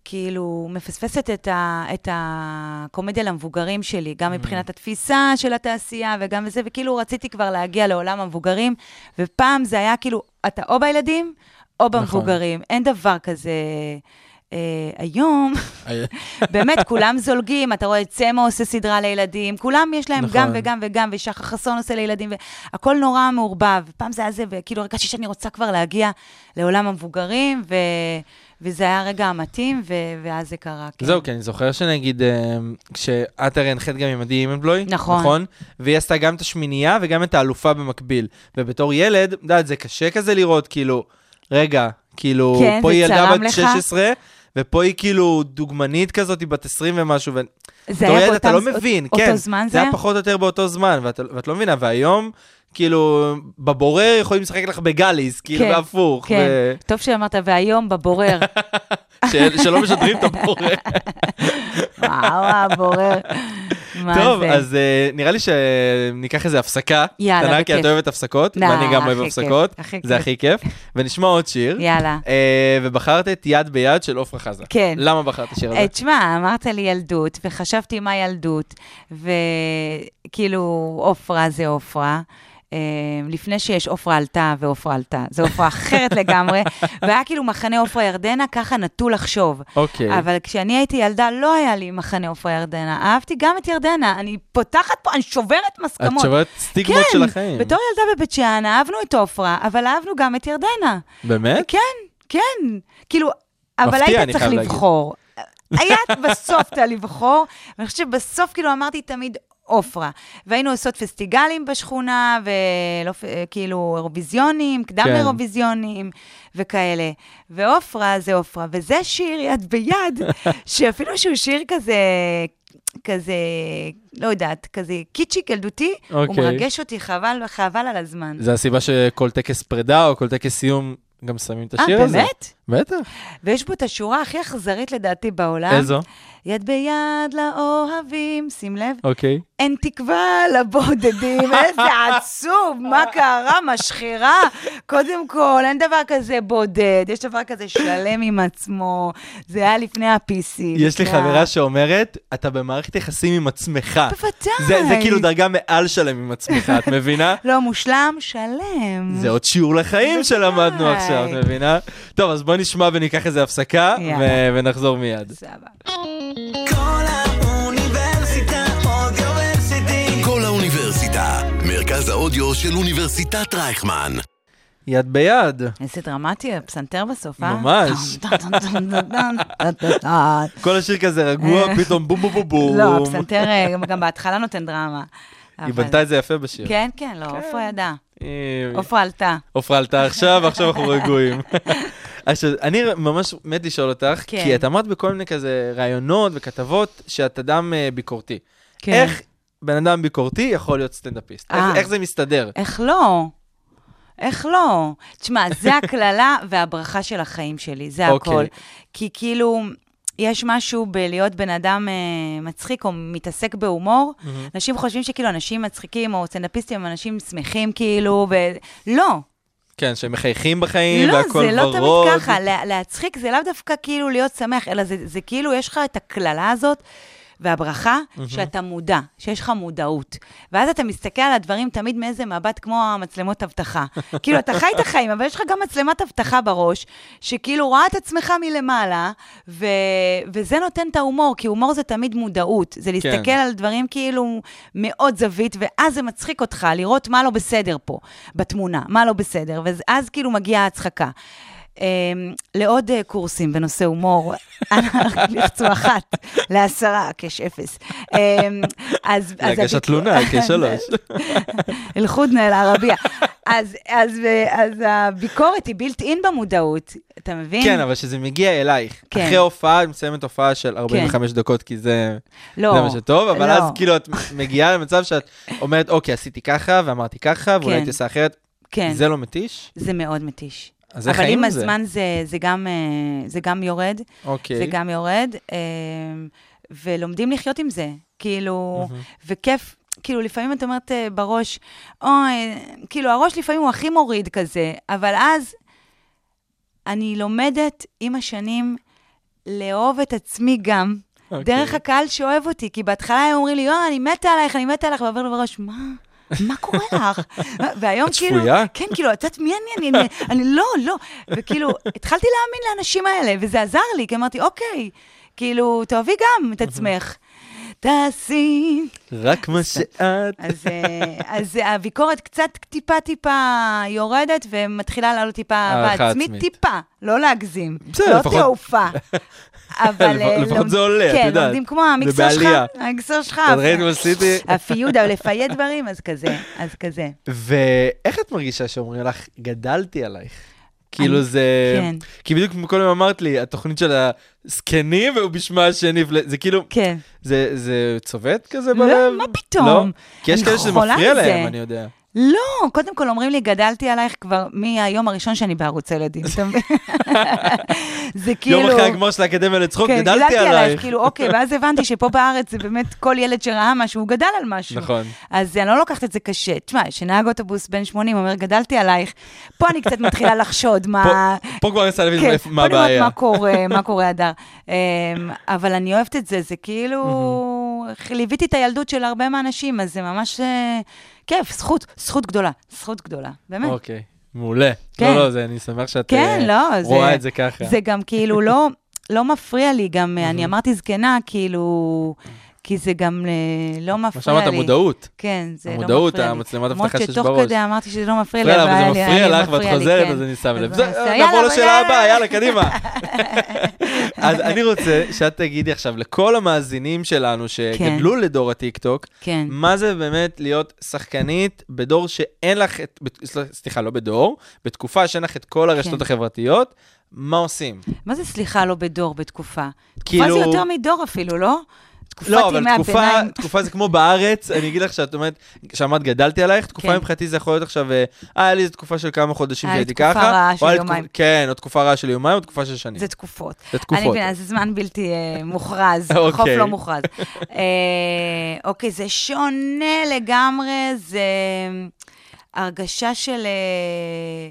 כאילו מפספסת את, ה, את הקומדיה למבוגרים שלי, גם מבחינת התפיסה של התעשייה וגם וזה, וכאילו רציתי כבר להגיע לעולם המבוגרים, ופעם זה היה כאילו, אתה או בילדים או במבוגרים, נכון. אין דבר כזה. אה, היום, באמת, כולם זולגים, אתה רואה, צמא עושה סדרה לילדים, כולם יש להם
נכון.
גם וגם וגם, ושחר חסון עושה לילדים, והכל נורא מעורבב. פעם זה היה זה, וכאילו הרגשתי שאני רוצה כבר להגיע לעולם המבוגרים, ו... וזה היה הרגע המתאים, ו... ואז זה קרה. כן.
זהו, כי אני זוכר שנגיד, אה, כשאת הרי הנחית גם עם עדי אימנבלוי,
נכון.
נכון? והיא עשתה גם את השמינייה וגם את האלופה במקביל. ובתור ילד, את יודעת, זה קשה כזה לראות, כאילו, רגע, כאילו,
כן,
פה
זה
היא ילדה
צרם
בת
לך?
16, ופה היא כאילו דוגמנית כזאת, היא בת 20 ומשהו, ו...
זה
בתור
היה
ילד אתה לא
באותם-
מבין,
אותו
כן.
זמן זה
זה היה
היה?
פחות או יותר באותו זמן, ואת, ואת לא מבינה, והיום, כאילו, בבורר יכולים לשחק לך בגאליס, כאילו,
כן,
והפוך.
כן,
ו...
טוב שאמרת, והיום בבורר.
של, שלא משדרים את הבורר.
וואו, הבורר. מה
טוב,
זה?
אז אה, נראה לי שניקח איזה הפסקה.
יאללה,
קטנה, כי את
בכיף.
אוהבת הפסקות,
נה,
ואני גם אוהב
הכי
הפסקות,
כיף, הכי
זה
כיף.
הכי כיף. ונשמע עוד שיר.
יאללה.
אה, ובחרת את יד ביד של עפרה חזה.
כן.
למה בחרת את השיר הזה?
אה, תשמע, אמרת לי ילדות, וחשבתי מה ילדות, וכאילו, עופרה זה עופרה. אה, לפני שיש עופרה עלתה ועופרה עלתה, זו עופרה אחרת לגמרי, והיה כאילו מחנה עופרה ירדנה, ככה נטו לחשוב.
אוקיי.
אבל כשאני הייתי ילדה, לא היה לי מחנה עופרה ירדנה. אהבתי גם את ירדנה, אני פותחת פה, אני שוברת
את
מסכמות. כן,
שוברת סטיגמות של החיים.
בתור ילדה בבית שאן אהבנו את עופרה, אבל אהבנו גם את ירדנה.
באמת?
כן, כן. כאילו, אבל
אה? מפתיע,
היית
אני
צריך
חייב להגיד.
לבחור. היה בסוף אתה לבחור, ואני חושבת שבסוף, כאילו, אמרתי תמיד עופרה. והיינו עושות פסטיגלים בשכונה, וכאילו, כאילו, אירוויזיונים, קדם
כן.
אירוויזיונים, וכאלה. ועופרה זה עופרה, וזה שיר יד ביד, שאפילו שהוא שיר כזה... כזה, לא יודעת, כזה קיצ'יק ילדותי, הוא
אוקיי.
מרגש אותי, חבל, חבל על הזמן.
זה הסיבה שכל טקס פרידה או כל טקס סיום גם שמים את
אה,
השיר הזה.
באמת? אה.
בטח.
ויש בו את השורה הכי אכזרית לדעתי בעולם.
איזו?
יד ביד לאוהבים, שים לב,
אוקיי.
אין תקווה לבודדים, איזה עצוב, מה קרה, משחירה. קודם כל, אין דבר כזה בודד, יש דבר כזה שלם עם עצמו, זה היה לפני
יש
ה-PC.
לי
לפני ה-
חברה שאומרת, אתה במערכת יחסים עם עצמך.
בוודאי.
זה זה כאילו דרגה מעל שלם עם עצמך, את מבינה?
לא מושלם, שלם.
זה עוד שיעור לחיים
בוודאי.
שלמדנו עכשיו, את מבינה? טוב, אז בוא נשמע וניקח איזה הפסקה,
יאללה.
ו- ונחזור מיד.
סבבה.
כל האוניברסיטה אודיוורסיטי.
כל האוניברסיטה, מרכז האודיו של אוניברסיטת רייכמן.
יד ביד.
איזה דרמטי, הפסנתר בסוף, אה?
ממש.
טן, טן, טן, טן, טן, טן, טן, טן.
כל השיר כזה רגוע, פתאום בום בום בום בום.
אה. לא, הפסנתר אה, גם- גם בהתחלה נותן דרמה.
היא
אבל-
בנתה את זה יפה בשיר.
כן, כן, לא, עופרה ידעה.
היא-
עופרה עלתה.
עופרה עלתה עכשיו, ועכשיו אנחנו רגועים. עכשיו, אני ממש מת לשאול אותך,
כן.
כי את אמרת בכל מיני כזה ראיונות וכתבות שאת אדם אה, ביקורתי.
כן.
איך בן אדם ביקורתי יכול להיות סטנדאפיסט? איך-
אה.
איך זה מסתדר?
איך לא? איך לא? תשמע, זה הקללה והברכה של החיים שלי, זה הכל.
אוקיי.
כי כאילו, יש משהו בלהיות בן אדם אה, מצחיק או מתעסק בהומור, אנשים חושבים שכאילו אנשים מצחיקים או סטנדאפיסטים הם אנשים שמחים כאילו, ו... לא.
כן, שמחייכים בחיים,
לא,
והכל
זה
ורוד.
לא תמיד ככה. לה, להצחיק זה לאו דווקא כאילו להיות שמח, אלא זה, זה כאילו יש לך את הקללה הזאת. והברכה, שאתה מודע, שיש לך מודעות. ואז אתה מסתכל על הדברים תמיד מאיזה מבט כמו המצלמות אבטחה. כאילו, אתה חי את החיים, אבל יש לך גם מצלמת אבטחה בראש, שכאילו רואה את עצמך מלמעלה, ו... וזה נותן את ההומור, כי הומור זה תמיד מודעות. זה להסתכל
כן.
על דברים כאילו מאוד זווית, ואז זה מצחיק אותך לראות מה לא בסדר פה, בתמונה, מה לא בסדר, ואז כאילו מגיעה ההצחקה. אמ, לעוד אה, קורסים בנושא הומור, לחצו אחת לעשרה, קש אפס. אמ, אז... אז
להגשת
הביטו-
תלונה, קש שלוש.
אל-חודנה אל-ערבייה. אז, אז, אה, אז הביקורת היא בילט אין במודעות, אתה מבין?
כן, אבל שזה מגיע אלייך.
כן.
אחרי הופעה, את מסיימת הופעה של 45 דקות, כי זה
לא,
זה מה שטוב, אבל
לא.
אז כאילו את מגיעה למצב שאת אומרת, אוקיי, עשיתי ככה, ואמרתי ככה, ואולי
כן.
הייתי עושה אחרת.
כן.
זה לא מתיש?
זה מאוד מתיש.
אז איך חיים עם
אבל עם
זה?
הזמן זה, זה, גם, אה, זה גם יורד,
אוקיי.
זה גם יורד, אה, ולומדים לחיות עם זה, כאילו, וכיף. כאילו, לפעמים את אומרת אה, בראש, אוי, כאילו, הראש לפעמים הוא הכי מוריד כזה, אבל אז אני לומדת עם השנים לאהוב את עצמי גם,
אוקיי.
דרך הקהל שאוהב אותי, כי בהתחלה הם אומרים לי, יואו, אני מתה עלייך, אני מתה עלייך, ועובר לי בראש, מה? מה קורה לך? והיום
את
כאילו,
שפויה?
כן, כאילו, את יודעת מי אני? אני, אני, אני לא, לא. וכאילו, התחלתי להאמין לאנשים האלה, וזה עזר לי, כי אמרתי, אוקיי, כאילו, תאהבי גם את עצמך. תעשי
רק מה שאת...
אז, אה, אז הביקורת קצת טיפה-טיפה יורדת ומתחילה לעלות טיפה
הערכה
אהבה עצמית,
עצמית.
טיפה, לא להגזים.
בסדר,
לא
לפחות-
תעופה. אבל...
לפחות-
אה,
לפחות
לומד-
זה עולה, את
כן,
יודעת.
לומדים כמו
זה
המקצוע שלך,
בעלייה.
המקצוע שלך.
את ראית מה עשיתי?
אף יהודה, לפייד דברים, אז כזה, אז כזה.
ואיך את מרגישה שאומרים לך, גדלתי עלייך? כאילו
אני-
זה...
כן.
כי בדיוק כמו קודם אמרת לי, התוכנית של הזקנים והוא בשמה השני, ול- זה כאילו...
כן.
זה, זה צובט כזה
לא,
בלב?
מה פתאום?
לא? כי יש
אני
כאלה שזה
חולה
מפריע
על זה.
להם, אני יודע.
לא, קודם כל אומרים לי, גדלתי עלייך כבר מהיום הראשון שאני בערוץ הילדים, אתה מבין? זה כאילו...
יום אחרי הגמר של האקדמיה לצחוק,
כן,
גדלתי עלייך.
כאילו, אוקיי, ואז הבנתי שפה בארץ זה באמת כל ילד שראה משהו, הוא גדל על משהו.
נכון.
אז אני לא לוקחת את זה קשה. תשמע, כשנהג אוטובוס בן 80 אומר, גדלתי עלייך, פה אני קצת מתחילה לחשוד מה...
פה- פה כבר ניסה להבין
אה, כן,
מאיפה- מה
בוא נראה
הבעיה.
מה קורה, מה קורה, הדר. אמ, אבל אני אוהבת את זה, זה כאילו... ליוויתי את הילדות של הרבה מהאנשים, אז זה ממש אה, כיף, זכות, זכות גדולה, זכות גדולה, באמת.
אוקיי, מעולה.
כן.
לא, לא, זה- אני שמח שאת
כן,
אה,
לא, זה...
רואה את זה ככה.
זה גם כאילו לא, לא מפריע לי, גם אה, אני אמרתי זקנה, כאילו, כי זה גם אה, לא מפריע לי.
מה שאמרת, המודעות.
כן, זה לא מפריע לי.
המודעות, המצלמת אבטחה שיש
למרות
בראש.
שתוך כדי אמרתי שזה לא מפריע לי,
מפריע
אבל
לה, אבל זה
היה לי- היה
מפריע
לי
לך ואת
מפריע לי,
חוזרת,
כן.
אז אני שם לב.
אז
זה-
אני עושה,
נעבור
יאללה,
לשאלה
יאללה.
הבאה, יאללה, קדימה. אז אני רוצה שאת תגידי עכשיו לכל המאזינים שלנו שגדלו לדור הטיקטוק,
כן.
מה זה באמת להיות שחקנית בדור שאין לך את, בת- סל- סליחה, לא בדור, בתקופה שאין לך את כל הרשתות
כן.
החברתיות, מה עושים?
מה זה סליחה לא בדור, בתקופה? תקופה זה
כאילו-
יותר מדור אפילו, לא? תקופת
לא,
ימי
אבל תקופה,
הביניים.
תקופה זה כמו בארץ, אני אגיד לך שאת אומרת, שאמרת גדלתי עלייך, תקופה
כן.
מבחינתי זה יכול להיות עכשיו, אה, אה, היה לי איזו תקופה של כמה חודשים
היה לי
שהייתי
תקופה
ככה.
רעה
או
של
היה לי
יומיים.
תקופ- כן, או תקופה רעה של יומיים, או תקופה של שנים.
זה תקופות.
זה תקופות.
אני מבינה, זה זמן בלתי אה, מוכרז,
אוקיי.
חוף לא מוכרז. אה, אוקיי, זה שונה לגמרי, זה הרגשה של אה,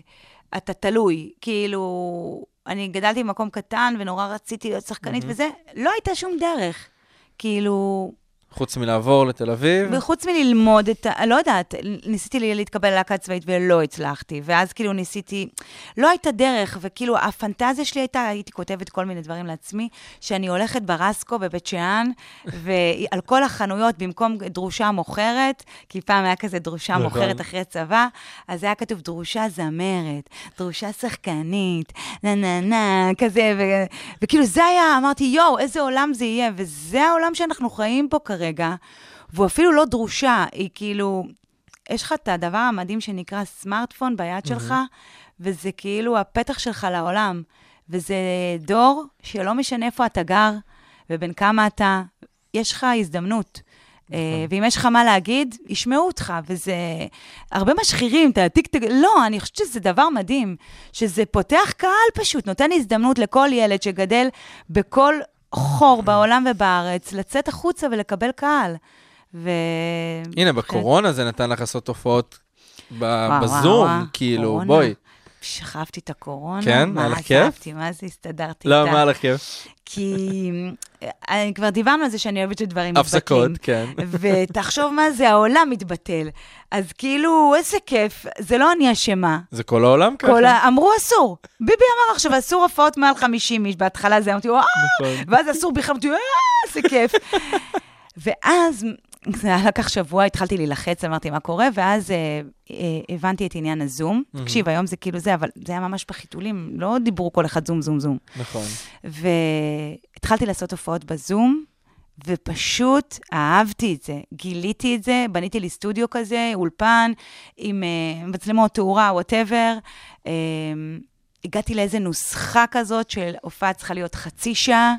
אתה תלוי. כאילו, אני גדלתי במקום קטן ונורא רציתי להיות שחקנית וזה, לא הייתה שום דרך. כאילו,
חוץ מלעבור לתל אביב.
וחוץ מללמוד את ה... לא יודעת, ניסיתי לי- להתקבל ללהקה צבאית ולא הצלחתי, ואז כאילו ניסיתי... לא הייתה דרך, וכאילו הפנטזיה שלי הייתה, הייתי כותבת כל מיני דברים לעצמי, שאני הולכת ברסקו בבית שאן, ועל כל החנויות, במקום דרושה מוכרת, כי פעם היה כזה דרושה
נכון.
מוכרת אחרי צבא, אז היה כתוב דרושה זמרת, דרושה שחקנית, נה נה נה, כזה, ו... וכאילו זה היה, אמרתי, יואו, איזה עולם זה יהיה, וזה העולם שאנחנו חיים בו כרגע. והוא אפילו לא דרושה, היא כאילו, יש לך את הדבר המדהים שנקרא סמארטפון ביד שלך, וזה כאילו הפתח שלך לעולם. וזה דור שלא משנה איפה אתה גר ובין כמה אתה, יש לך הזדמנות.
נכון.
אה, ואם יש לך מה להגיד, ישמעו אותך, וזה... הרבה משחירים, אתה טיק טק... לא, אני חושבת שזה דבר מדהים, שזה פותח קהל פשוט, נותן הזדמנות לכל ילד שגדל בכל
כן.
חור בעולם ובארץ, לצאת החוצה ולקבל קהל. ו...
הנה, בקורונה זה נתן לך לעשות הופעות ב- בזום, כאילו,
קורונה.
בואי.
שכבתי את הקורונה.
כן? היה לך כיף?
מה זה אהבתי, מה זה הסתדרתי
לא,
איתה.
מה לך כיף?
כי אני כבר דיברנו על זה שאני אוהבת שדברים
הפסקות,
מתבטלים.
כן.
ותחשוב מה זה, העולם מתבטל. אז כאילו, איזה כיף, זה לא אני אשמה.
זה כל העולם ככה?
כל ה... אמרו אסור. ביבי אמר עכשיו, אסור הופעות מעל 50 איש. בהתחלה זה אמרתי, וואו,
נכון.
ואז אסור בכלל, אמרתי, אה, איזה כיף. ואז, זה היה לקח שבוע, התחלתי להילחץ, אמרתי, מה קורה? ואז אה, אה, הבנתי את עניין הזום. תקשיב, היום זה כאילו זה, אבל זה היה ממש בחיתולים, לא דיברו כל אחד זום, זום, זום.
נכון.
והתחלתי לעשות הופעות בזום, ופשוט אהבתי את זה, גיליתי את זה, בניתי לי סטודיו כזה, אולפן, עם uh, מצלמות תאורה, וואטאבר. Um, הגעתי לאיזה נוסחה כזאת של הופעה צריכה להיות חצי שעה,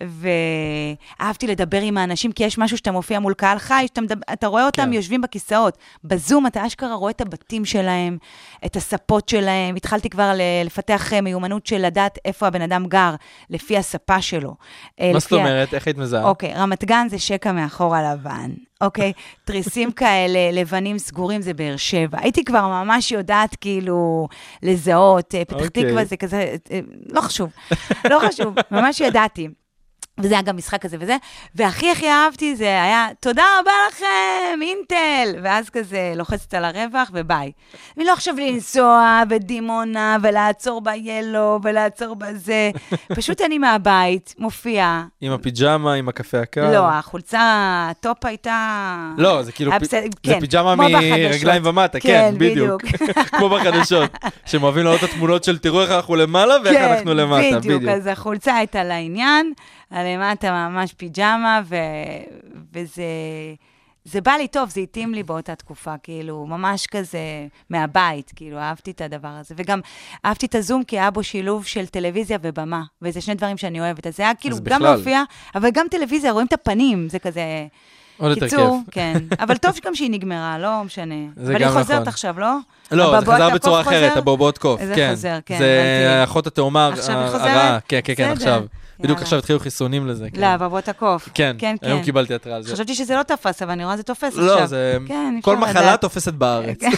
ואהבתי לדבר עם האנשים, כי יש משהו שאתה מופיע מול קהל חי, שאתה מדבר, אתה רואה אותם
כן.
כן. יושבים בכיסאות. בזום אתה אשכרה רואה את הבתים שלהם, את הספות שלהם. התחלתי כבר ל- לפתח אה, מיומנות של לדעת איפה הבן אדם גר, לפי הספה שלו. אה,
מה זאת
לפי ה-
אומרת? איך היית מזהה?
אוקיי, רמת גן זה שקע מאחור הלבן, אוקיי? תריסים כאלה, לבנים סגורים, זה באר שבע. הייתי כבר ממש יודעת כאילו לזהות, אה, פתח
אוקיי.
תקווה זה כזה, אה, לא חשוב, לא חשוב, ממש ידעתי. וזה היה גם משחק כזה וזה, והכי הכי אהבתי זה היה, תודה רבה לכם, אינטל! ואז כזה לוחצת על הרווח וביי. אני לא עכשיו לנסוע בדימונה ולעצור ב-Yellow ולעצור בזה, פשוט אני מהבית, מופיעה,
עם הפיג'מה, עם הקפה הקר?
לא, החולצה, הטופ הייתה...
כן. לא, זה כאילו,
היה
פ-
בסדר,
זה
כן,
פיג'מה
כמו בחדשות.
מרגליים ומטה, כן, בדיוק. כמו בחדשות, שהם אוהבים להעלות את התמונות של תראו איך אנחנו למעלה ואיך
כן,
אנחנו לא, למטה, בדיוק.
אז החולצה הייתה לעניין, למטה ממש פיג'מה, ו... וזה... זה בא לי טוב, זה התאים לי באותה תקופה, כאילו, ממש כזה מהבית, כאילו, אהבתי את הדבר הזה. וגם אהבתי את הזום, כי היה בו שילוב של טלוויזיה ובמה, וזה שני דברים שאני אוהבת. אז זה היה כאילו, גם
בכלל.
להופיע, אבל גם טלוויזיה, רואים את הפנים, זה כזה...
עוד יותר
קיצור,
כיף.
כן. אבל טוב גם שהיא נגמרה, לא משנה.
זה
אבל היא
גם
חוזרת
נכון.
עכשיו, לא?
לא, זה
הבבואות
חזר
הקוף
בצורה
חוזר?
אחרת, הבובוט קוף,
זה
כן.
חזר, כן,
זה
הבנתי.
האחות התאומה
עכשיו היא
הר-
חוזרת?
הרעה, כן, כן, כן,
בסדר.
עכשיו. בדיוק
יאללה.
עכשיו התחילו חיסונים לזה, כן.
לא, הבבות הקוף.
כן,
כן,
היום
כן.
קיבלתי התראה על זה.
חשבתי שזה לא תפס, אבל אני רואה זה תופס עכשיו.
לא, זה...
כן, אי אפשר
כל מחלה
לדעת.
תופסת בארץ. אם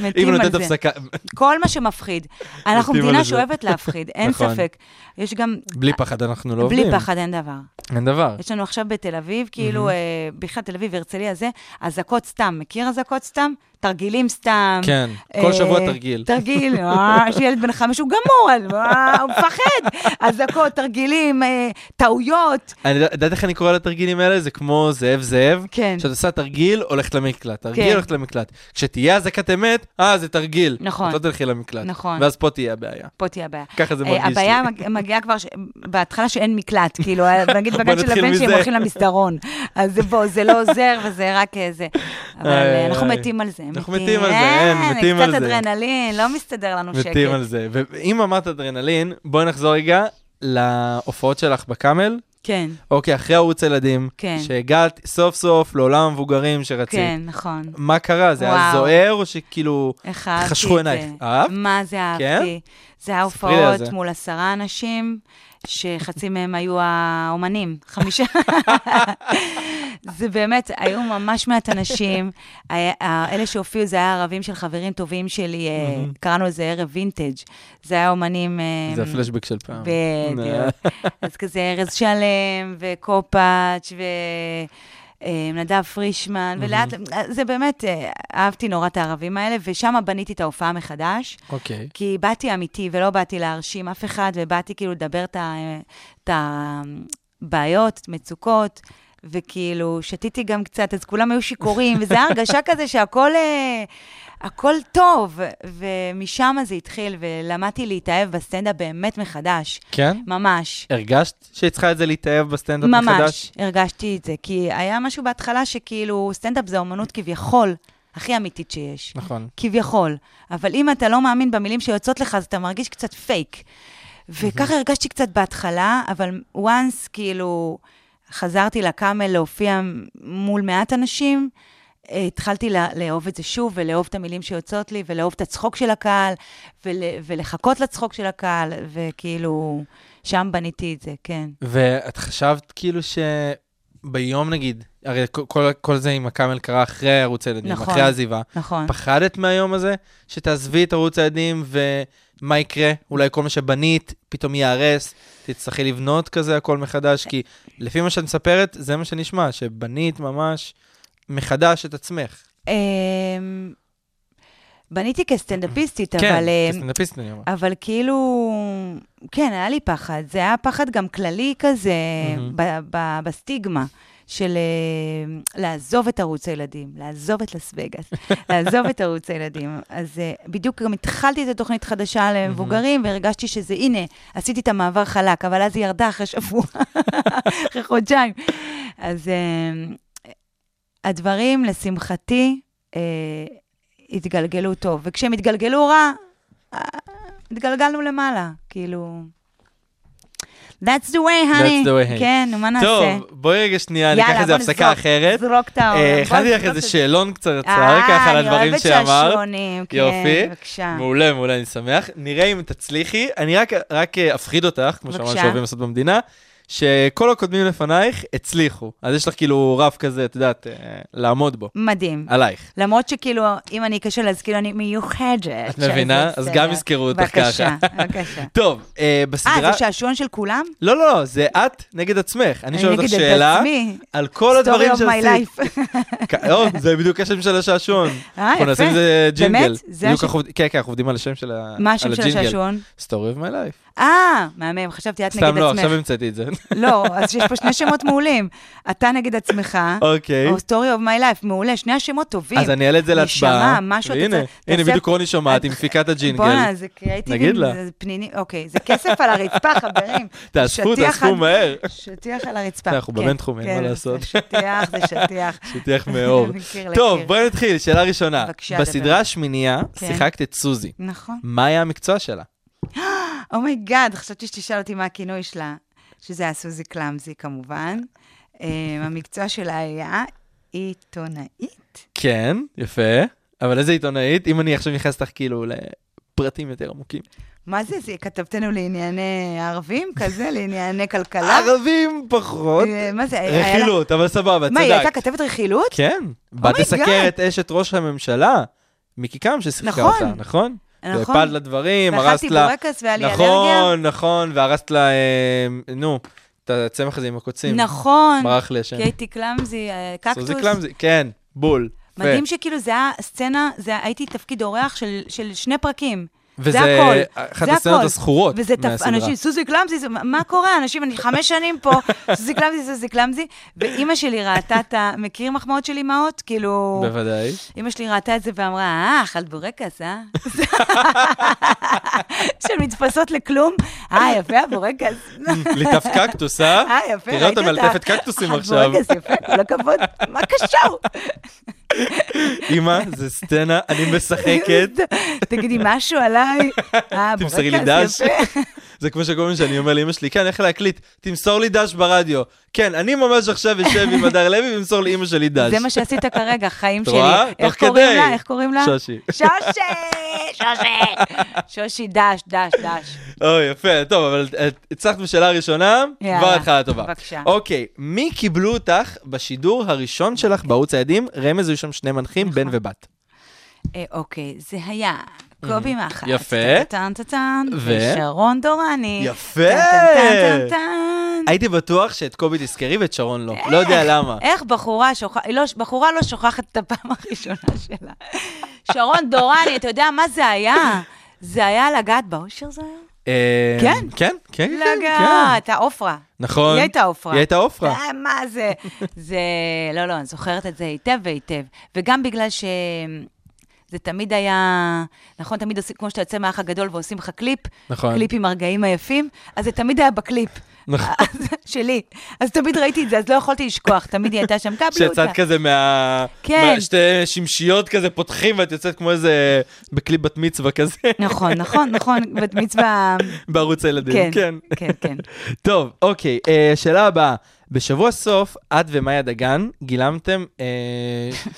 מתים על
נותנת
זה.
הפסקה,
כל מה שמפחיד. אנחנו
מתים על
מדינה
זה.
שאוהבת להפחיד, אין
נכון.
ספק. יש גם...
בלי פחד אנחנו לא
בלי
עובדים.
פחד אין דבר.
אין דבר.
יש לנו עכשיו בתל אביב, כאילו, אה, בכלל תל אביב, הרצליה זה, אזעקות סתם. מכיר אזעקות סתם? תרגילים סתם.
כן, כל שבוע
אה,
תרגיל.
תרגיל, אה, יש לי ילד בן חמש, הוא גמור, אז, אה, הוא מפחד. אזעקות, תרגילים, אה, טעויות.
אני יודע- יודעת איך אני קורא לתרגילים האלה? זה כמו זאב זאב.
כן.
כשאת עושה תרגיל, הולכת למקלט. תרגיל,
כן.
הולכת למקלט. כשתהיה אזעקת אמת, אה, זה תרגיל.
נכון.
את לא תלכי למקלט.
נכון.
ואז פה תהיה הבעיה.
פה תהיה הבעיה.
ככה זה
אה,
מרגיש לי.
הבעיה מג- מגיעה כבר ש- בהתחלה שאין מקלט, כאילו, אה, נגיד
בוא
בגן של
נתחיל
הבן שלי הם
מזה.
הולכים למסדרון. אז זה בוא, זה לא עוזר וזה רק אה, זה. אבל
איי,
אה, אנחנו
איי.
מתים על זה.
אנחנו מתים על זה, אין, מתים על
קצת
זה.
אדרנלין, לא מסתדר לנו שקט.
מתים על זה. ואם אמרת אדרנלין, בואי נחזור רגע להופעות שלך בקאמל.
כן,
אוקיי, אחרי ערוץ ילדים.
כן.
שהגעת סוף סוף לעולם המבוגרים שרצית.
כן, נכון.
מה קרה? זה היה
וואו.
זוהר או שכאילו...
איך אהבתי את זה.
חשכו עינייך. אהבת?
מה זה אהבתי? זה היה
ספרי לי על
הופעות
זה.
מול עשרה אנשים, שחצי מהם היו האומנים, חמישה. זה באמת, היו ממש מעט אנשים. היה- ה- אלה שהופיעו, זה היה ערבים של חברים טובים שלי, אה, קראנו לזה ערב וינטג'. זה היה אומנים... אה,
זה הפלשבק של פעם. אה,
בדיוק. אז כזה ארז שלם, וקופאץ', ו... אה, נדב פרישמן, ולאט, זה באמת, אה, אהבתי נורא את הערבים האלה, ושם בניתי את ההופעה מחדש,
אוקיי.
כי באתי אמיתי ולא באתי להרשים אף אחד, ובאתי כאילו לדבר את ה- את הבעיות, מצוקות, וכאילו, שתיתי גם קצת, אז כולם היו שיכורים, וזו הייתה הרגשה כזה שהכל אה, הכל טוב, ומשם זה התחיל, ולמדתי להתאהב בסטנדאפ באמת מחדש.
כן?
ממש.
הרגשת שהיא צריכה את זה להתאהב בסטנדאפ מחדש?
ממש, הרגשתי את זה, כי היה משהו בהתחלה שכאילו, סטנדאפ זה אומנות כביכול הכי אמיתית שיש.
נכון.
כביכול. אבל אם אתה לא מאמין במילים שיוצאות לך, אז אתה מרגיש קצת פייק. וככה הרגשתי קצת בהתחלה, אבל once, כאילו, חזרתי לקאמל להופיע מול מעט אנשים, אה, התחלתי לא- לאהוב את זה שוב, ולאהוב את המילים שיוצאות לי, ולאהוב את הצחוק של הקהל, ול, ולחכות לצחוק של הקהל, וכאילו, שם בניתי את זה, כן.
ואת חשבת כאילו שביום נגיד, הרי כל- כל, כל זה עם הקאמל קרה אחרי ערוץ הילדים,
נכון.
אחרי העזיבה,
נכון.
פחדת מהיום הזה שתעזבי את ערוץ הילדים ומה יקרה? אולי כל מה שבנית פתאום ייהרס, תצטרכי לבנות כזה הכל מחדש, כי לפי מה שאת מספרת, זה מה שנשמע, שבנית ממש מחדש את עצמך.
אמ, בניתי כסטנדאפיסטית,
כן,
אבל... אמ,
כסטנדאפיסט אני אומר.
אבל כאילו, כן, היה לי פחד. זה היה פחד גם כללי כזה,
מהמם.
ב- ב- בסטיגמה. של אה, לעזוב את ערוץ הילדים, לעזוב את לס וגאס, לעזוב את ערוץ הילדים. אז אה, בדיוק גם התחלתי את התוכנית חדשה למבוגרים, והרגשתי שזה, הנה, עשיתי את המעבר חלק, אבל אז היא ירדה אחרי שבוע, אחרי חודשיים. אז אה, הדברים, לשמחתי, אה, התגלגלו טוב, וכשהם התגלגלו רע, התגלגלנו למעלה, כאילו... That's the way, honey.
That's the way.
כן, נו, מה נעשה?
טוב, בואי רגע שנייה,
יאללה,
ניקח איזה
בוא
הפסקה
נזרוק-
אחרת.
זרוק את האור.
אה,
בוא
הכנתי לך
נזרוק
איזה
את זה.
שאלון קצרצר
אה,
ככה על
אני
הדברים
אוהבת
שאמרת.
שעשועונים, כן,
יופי.
בבקשה.
מעולה, מעולה, אני שמח. נראה אם תצליחי. אני רק- רק אה, אפחיד אותך, כמו שאמרנו
בבקשה.
שאוהבים לעשות במדינה, שכל הקודמים לפנייך הצליחו. אז יש לך כאילו רף כזה, את יודעת, אה, לעמוד בו.
מדהים.
עלייך.
למרות שכאילו, אם אני אכשל, אז כאילו אני מיוחדת.
את מבינה?
שזה
אז
בסדר.
גם יזכרו אותך ככה.
בבקשה, בבקשה.
טוב, אה, בסדרה...
אה, זה שעשועון של כולם?
לא, לא, לא, זה את נגד עצמך. אני
אני
שואל אותך
נגד את
שאלה
עצמי.
על כל הדברים
Story of my
שעשית.
life.
כ- לא, זה בדיוק השם של השעשועון.
אה,
אנחנו נעשה
יפה.
מזה ג'ינגל.
באמת? זה
בדיוק
השם-
אנחנו עובד- כן, כן, אנחנו עובדים על השם של ה...
מה השם
על
של
הג'ינגל.
השעשועון?
Story of my life.
אה, מהמם, חשבתי את נגד עצמך.
סתם לא, עכשיו המצאתי את זה.
לא, אז יש פה שני שמות מעולים. אתה נגד עצמך,
אוקיי.
או Story of my life, מעולה, שני השמות טובים.
אז אני אעלה את זה להצבעה.
נשמה, משהו אתה
והנה,
צריך-
הנה,
תעשה-
בדיוק רוני שומעת, היא
את-
מפיקה את הג'ינגל.
בואנה, זה קריאייטיבים,
נגיד לה.
זה פניני, אוקיי, זה כסף על הרצפה, חברים.
תאספו,
שטיח
תאספו
על-
מהר.
שטיח על הרצפה.
אנחנו
כן,
בבינתחומי, אין מה
כן,
לעשות.
זה שטיח, זה שטיח.
שטיח מאור.
מקיר
טוב,
לקיר.
בואי נתחיל, שאלה ראשונה.
בבקשה, דבר.
בסדרה השמינייה
כן.
שיחקת את סוזי.
נכון.
מה היה המקצוע שלה?
אומייגאד, חשבתי שתשאל אותי מה הכינוי שלה, שזה היה סוזי קלאמזי כמובן. אמ, המקצוע שלה היה עיתונאית.
כן, יפה. אבל איזה עיתונאית, אם אני עכשיו נכנס לך כאילו לפרטים יותר עמוקים.
מה זה, זה כתבתנו לענייני ערבים כזה, לענייני כלכלה?
ערבים פחות.
אה, מה זה, היה לה-
רכילות, אבל סבבה,
מה, היא הייתה
צדקת.
כתבת רכילות?
כן, בת
אומייגאד.
הסכרת אשת ראש הממשלה, מיקי קם ששיחקה
נכון.
אותה, נכון?
נכון.
והפלת לה דברים, הרסת
ואכלתי
לה...
בורקס והיה לי אלרגיה.
נכון, נכון, והרסת לה, אה, נו, את הצמח הזה עם הקוצים.
נכון.
ברח לי השם.
קייטי קלאמזי, אה, קקטוס.
סוזי קלאמזי, כן, בול.
מדהים
יפה.
שכאילו זה היה סצנה, זה הייתי תפקיד אורח של, של שני פרקים.
וזה
זה הכל,
אחת
זה
הסצנות
הכל.
הזכורות
וזה תפ...
מהסדרה.
אנשים, סוזי קלמזי, זה- מה- מה קורה? אנשים, אני חמש שנים פה, סוזי קלמזי, סוזי קלמזי, ואימא שלי ראתה את ה... מכירים מחמאות של אימהות? כאילו...
בוודאי.
אימא שלי ראתה את זה ואמרה, אה, אכלת בורקס, אה? שהן מתפסות לכלום, אה, יפה הבורקס.
ליטף קקטוס, אה?
אה, יפה, ראית
תראה
אותה?
אותה מלטפת קקטוסים עכשיו.
אכלת בורקס, יפה, כל הכבוד, מה קשור?
אמא, זה סצנה, אני משחקת.
תגידי משהו עליי. אה,
תמסרי לי דש.
בורקס, יפה.
זה כמו שכל פעם שאני אומר לאמא שלי, כן, איך להקליט? תמסור לי דש ברדיו. כן, אני ממש עכשיו אשב עם הדר לוי ואמסור לאמא שלי דש.
זה מה שעשית כרגע, חיים
את
שלי.
רואה?
איך
תוך
קוראים
כדי.
לה? איך קוראים לה?
שושי.
שושי! שושי! שושי, דש, דש, דש.
או, יפה, טוב, אבל את- הצלחת בשאלה הראשונה,
יאללה,
כבר התחלה טובה.
בבקשה.
אוקיי, מי קיבלו אותך בשידור הראשון שלך בערוץ הידים? רמז היו שם שני מנחים,
נכון.
בן ובת.
אה, אוקיי, זה היה קובי מחץ.
Mm, יפה.
טן טן טן,
ו?
ושרון דורני.
יפה.
טן טן טן טן.
הייתי בטוח שאת קובי תזכרי ואת שרון לא. לא יודע למה.
איך בחורה שוכחת, לא, בחורה לא שוכחת את הפעם הראשונה שלה. שרון דורני, אתה יודע מה זה היה? זה היה לגעת באושר זה היה?
אה,
כן?
כן, כן, כן. כן.
לגעת, העופרה.
נכון.
היא הייתה עופרה.
היא הייתה עופרה.
אה, מה זה? זה, לא, לא, אני זוכרת את זה היטב והיטב. וגם בגלל ש... זה תמיד היה, נכון, תמיד עושים, כמו שאתה יוצא מהאח הגדול ועושים לך קליפ,
נכון.
קליפ עם הרגעים היפים, אז זה תמיד היה בקליפ.
נכון.
אז- שלי. אז תמיד ראיתי את זה, אז לא יכולתי לשכוח, תמיד היא הייתה שם קבלו אותה.
שיצאת כזה מה...
כן.
מה- שתי שמשיות כזה פותחים ואת יוצאת כמו איזה... בקליפ בת מצווה כזה,
נכון, נכון, נכון, בת מצווה...
בערוץ
כן,
הילדים.
כן, כן, כן.
טוב, אוקיי, אה, שאלה הבאה. בשבוע סוף, את ומאיה דגן גילמתם אה,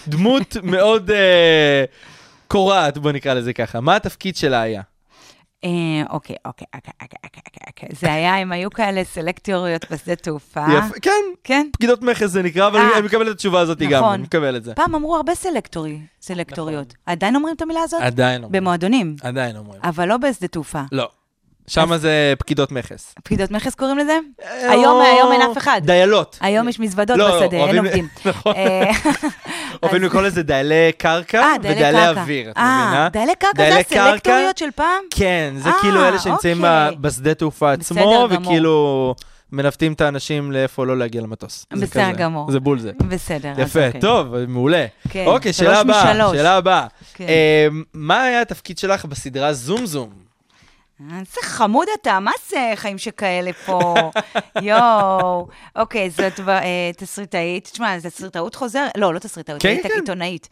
דמות מאוד אה, קורעת, בוא נקרא לזה ככה. מה התפקיד שלה היה?
אה, אוקיי, אוקיי, אוקיי, אוקיי, אוקיי, אוקיי. זה היה, הם היו כאלה סלקטוריות בשדה תעופה.
יפה, כן,
כן.
פקידות מכס זה נקרא, אבל
אה.
אני- אני מקבל את התשובה הזאת גם,
נכון.
אני מקבל את זה. נכון.
פעם אמרו הרבה סלקטורי, סלקטוריות. עדיין אומרים את המילה הזאת?
עדיין אומרים. אה.
במועדונים,
עדיין אומרים.
אבל לא בשדה תעופה.
לא. שם זה פקידות מכס.
פקידות מכס קוראים לזה? היום, היום אין אף אחד. אה,
דיילות.
היום יש מזוודות
אה, לא,
בשדה, אין
אוהבים-
עובדים.
נכון.
אה,
אוהבים לקרוא לזה דיילי קרקע
אה, דיילי
ודיילי
קרקע.
אוויר, את
אה,
מבינה?
דיילי קרקע זה
דיילי קרקע,
הסלקטוריות של פעם?
כן, זה
אה,
כאילו אלה שנמצאים
אוקיי.
ב- בשדה תעופה
בסדר
עצמו,
גמור.
וכאילו מנווטים את האנשים לאיפה לא להגיע למטוס. זה
בסדר
כזה.
גמור.
זה בול זה.
בסדר. אז
יפה,
אוקיי.
טוב, מעולה.
כן,
אוקיי,
שלוש
שאלה הבאה,
משלוש.
שאלה הבאה.
כן.
אה, מה היה התפקיד שלך בסדרה זום זום?
אה, איזה חמוד אתה, מה זה חיים שכאלה פה? יואו. אוקיי, זאת ב- אה, תסריטאית, תשמע, זה תסריטאות חוזר? לא, לא תסריטאות,
כן,
היית
כן.
עיתונאית.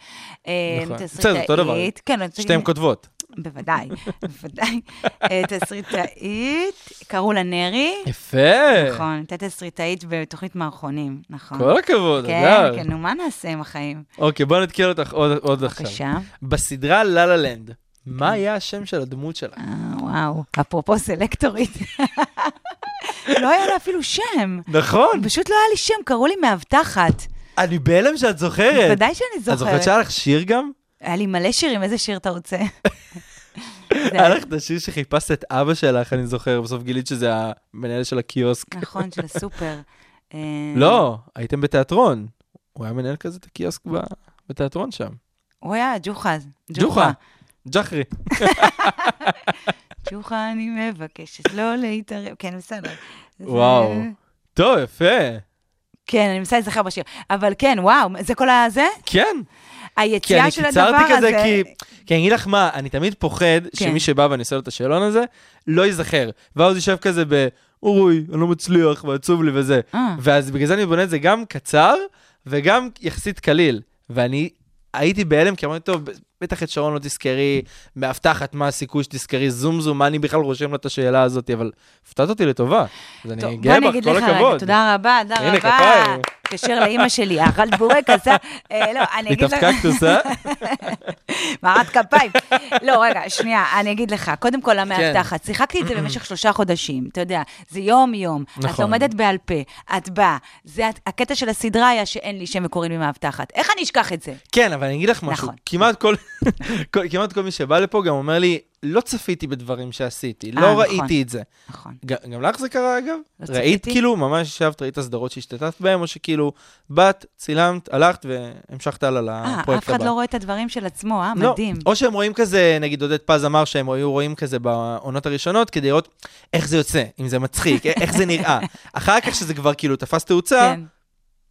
אה,
נכון. בסדר,
תסריטאית.
אותו דבר.
כן, אני-
שתיהן כותבות.
בוודאי, בוודאי. אה, תסריטאית, קראו לה נרי.
יפה.
נכון, הייתה תסריטאית בתוכנית מערכונים, נכון.
כל הכבוד,
כן,
אגב.
כן, נו, מה נעשה עם החיים?
אוקיי, בוא נתקיע אותך עוד עוד עכשיו.
בבקשה. אוקיי.
בסדרה לה לה לנד, מה היה השם של הדמות שלך?
אה, וואו, אפרופו סלקטורית. לא היה לה אפילו שם.
נכון,
פשוט לא היה לי שם, קראו לי מאבטחת.
אני בהלם שאת זוכרת.
בוודאי שאני
כן. את זוכרת
זוכרת.
שהיה לך שיר גם?
היה לי מלא שירים, איזה שיר אתה רוצה? זה
היה לך את השיר שחיפשת את אבא שלך, אני זוכר, בסוף גילית שזה המנהל של הקיוסק.
נכון, של הסופר. אה,
לא, הייתם בתיאטרון. הוא היה מנהל כזה את הקיוסק ב- בתיאטרון שם.
הוא היה ג'וחה.
ג'וחה. ג'חרי.
ג'וחה, אני מבקשת לא להתערב. כן, בסדר.
וואו.
זה-
טוב, יפה.
כן, אני מנסה להיזכר בשיר. אבל כן, וואו, זה כל הזה?
כן. כי
היציאה
אני
של הדבר
קיצרתי
הזה... כן.
כזה, כי... כי אני אגיד לך מה, אני תמיד פוחד שמי שבא ואני עושה לו את השאלון הזה, לא ייזכר. ואז הוא יושב כזה ב... אוי, אני לא מצליח, ועצוב לי וזה.
אה.
ואז בגלל זה אני בונה את זה גם קצר, וגם יחסית קליל. ואני הייתי בהלם, כי אמרתי, טוב, בטח את שרון לא תזכרי, מאבטחת, מה הסיכוי שתזכרי, זום זום, מה אני בכלל רושם לה את השאלה הזאת, אבל הפתעת אותי לטובה. אז
טוב,
אני
בוא
גאה
אני
בך,
אגיד
כל
לך רגע,
הכבוד.
תודה רבה, תודה
הנה,
רבה.
כפיים.
התקשר לאימא שלי, אכלת בורקס, אה? אה, לא, אני אגיד לך...
נטף קקטוס, אה?
מערת כפיים. לא, רגע, שנייה, אני אגיד לך. קודם
כן.
כל, המאבטחת, שיחקתי את זה במשך שלושה חודשים, אתה יודע, זה יום-יום. את
נכון.
לומדת בעל פה, את באה. זה הת- הקטע של הסדרה היה שאין לי שם וקוראים לי מאבטחת. איך אני אשכח את זה?
כן, אבל אני אגיד לך משהו,
נכון.
כמעט, כל, כל, כמעט כל מי שבא לפה גם אומר לי, לא צפיתי בדברים שעשיתי, לא
אה, נכון.
ראיתי את זה.
נכון.
ג- גם לך זה קרה אגב?
לא
ראית
צפיתי.
כאילו, ממש ישבת, ראית סדרות שהשתתפת בהן, או שכאילו, באת, צילמת, הלכת והמשכת הלאה
אה,
לפרויקט הבא.
אף אחד לא רואה את הדברים של עצמו, אה?
לא.
מדהים.
או שהם רואים כזה, נגיד עודד פז אמר שהם היו רואים כזה בעונות הראשונות, כדי לראות איך זה יוצא, אם זה מצחיק, אה, איך זה נראה. אחר כך שזה כבר כאילו תפס תאוצה,
כן,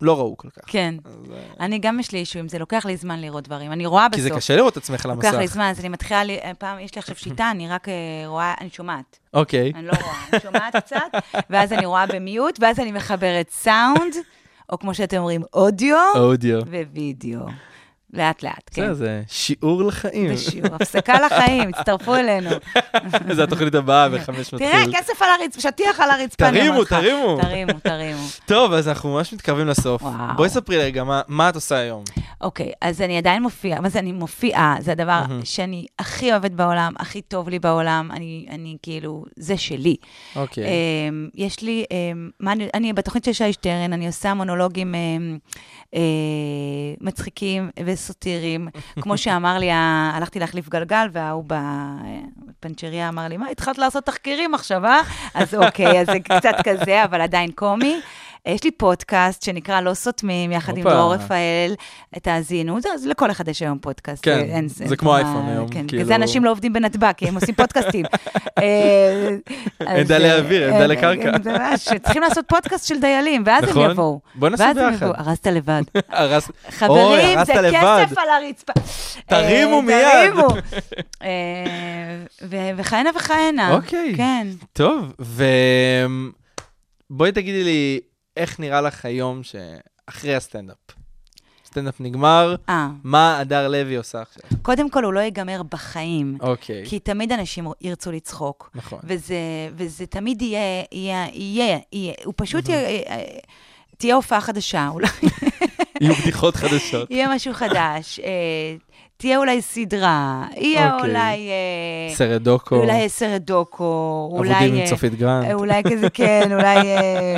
לא ראו כל כך.
כן. אני גם יש לי אישו עם זה, לוקח לי זמן לראות דברים. אני רואה בסוף.
אה, כי זה קשה לראות את עצמך על
לוקח לי
המסך.
זמן, אז אני מתחילה, ל- פעם, יש לי עכשיו שיטה, אני רק אה, רואה, אני שומעת.
אוקיי.
אני לא רואה, אני שומעת קצת, ואז אני רואה במיוט, ואז אני מחברת סאונד, או כמו שאתם אומרים, אודיו
אודיו.
כן. ווידאו. לאט-לאט, כן.
בסדר, זה שיעור לחיים.
זה שיעור, הפסקה לחיים, הצטרפו אלינו.
זה התוכנית הבאה בחמש
תראה,
מתחיל.
כסף על הרצפה, שטיח על הרצפה. אני
תרימו,
אומרת לך.
תרימו.
תרימו, תרימו.
טוב, אז אנחנו ממש מתקרבים לסוף.
וואו.
בואי ספרי רגע, מה- מה את עושה היום?
אוקיי, אז אני עדיין מופיעה, מה זה אני מופיעה? זה הדבר שאני הכי אוהבת בעולם, הכי טוב לי בעולם, אני, אני כאילו, זה שלי.
אוקיי.
אמ, יש לי, אמ, מה אני- אני בתוכנית של שי שטרן, אני עושה מונולוגים אמ, אה, מצחיקים וסאטיריים. כמו שאמר לי, ה- הלכתי להחליף גלגל, וההוא בפנצ'ריה אמר לי, מה, התחלת לעשות תחקירים עכשיו, אה? אז אוקיי, אז זה קצת כזה, אבל עדיין קומי. יש לי פודקאסט שנקרא לא סותמים, יחד עם
הופה.
דרור רפאל, תאזינו, זה- אז לכל אחד יש היום פודקאסט.
כן,
אה, אין-
זה
אין
כמו
מה-
אייפון היום,
כן, בגלל
כאילו-
זה אנשים לא עובדים בנתב"ג, כי הם עושים פודקאסטים. אה, אז,
דלי אוויר, אין
אה,
דלי קרקע.
אין דלי- שצריכים לעשות פודקאסט של דיילים, ואז
נכון.
הם יבואו.
בוא נעשה
ואז הם
ביחד.
יבואו. הרסת לבד.
הרס- אוי,
חברים,
הרסת
זה
לבד.
כסף על הרצפה.
תרימו
אה,
מיד.
תרימו. אה, ו- וכהנה וכהנה.
אוקיי.
כן.
טוב, ובואי תגידי לי, איך נראה לך היום שאחרי הסטנדאפ? סטנדאפ נגמר,
אה,
מה הדר לוי עושה עכשיו?
קודם כל, הוא לא ייגמר בחיים.
אוקיי,
כי תמיד אנשים ירצו לצחוק.
נכון.
וזה, וזה תמיד יהיה, יהיה, יהיה, יהיה. הוא פשוט יהיה, אה, תהיה הופעה חדשה, לא אולי
יהיו בדיחות חדשות.
יהיה משהו חדש, אה, תהיה אולי סדרה, יהיה
אוקיי.
אולי... אה,
סרט דוקו,
אולי סרט דוקו, אולי...
עבודים עם
אה,
צופית גרנט.
אה, אולי כזה, כן, אולי... אה,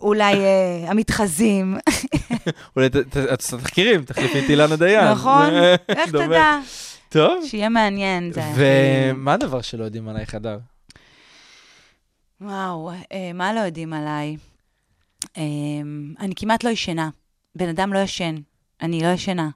אולי אה, המתחזים,
אולי ת- ת- את עושה תחקירים, תחליפי את אילנה דיין.
נכון?
זה
איך
כן, אה, דומה.
תדע?
טוב,
שיהיה מעניין. זה הכי-
ומה הדבר שלא יודעים עלייך, הדר?
וואו, אה, מה לא יודעים עליי? אה, אני כמעט לא ישנה. בן אדם לא ישן. אני לא ישנה.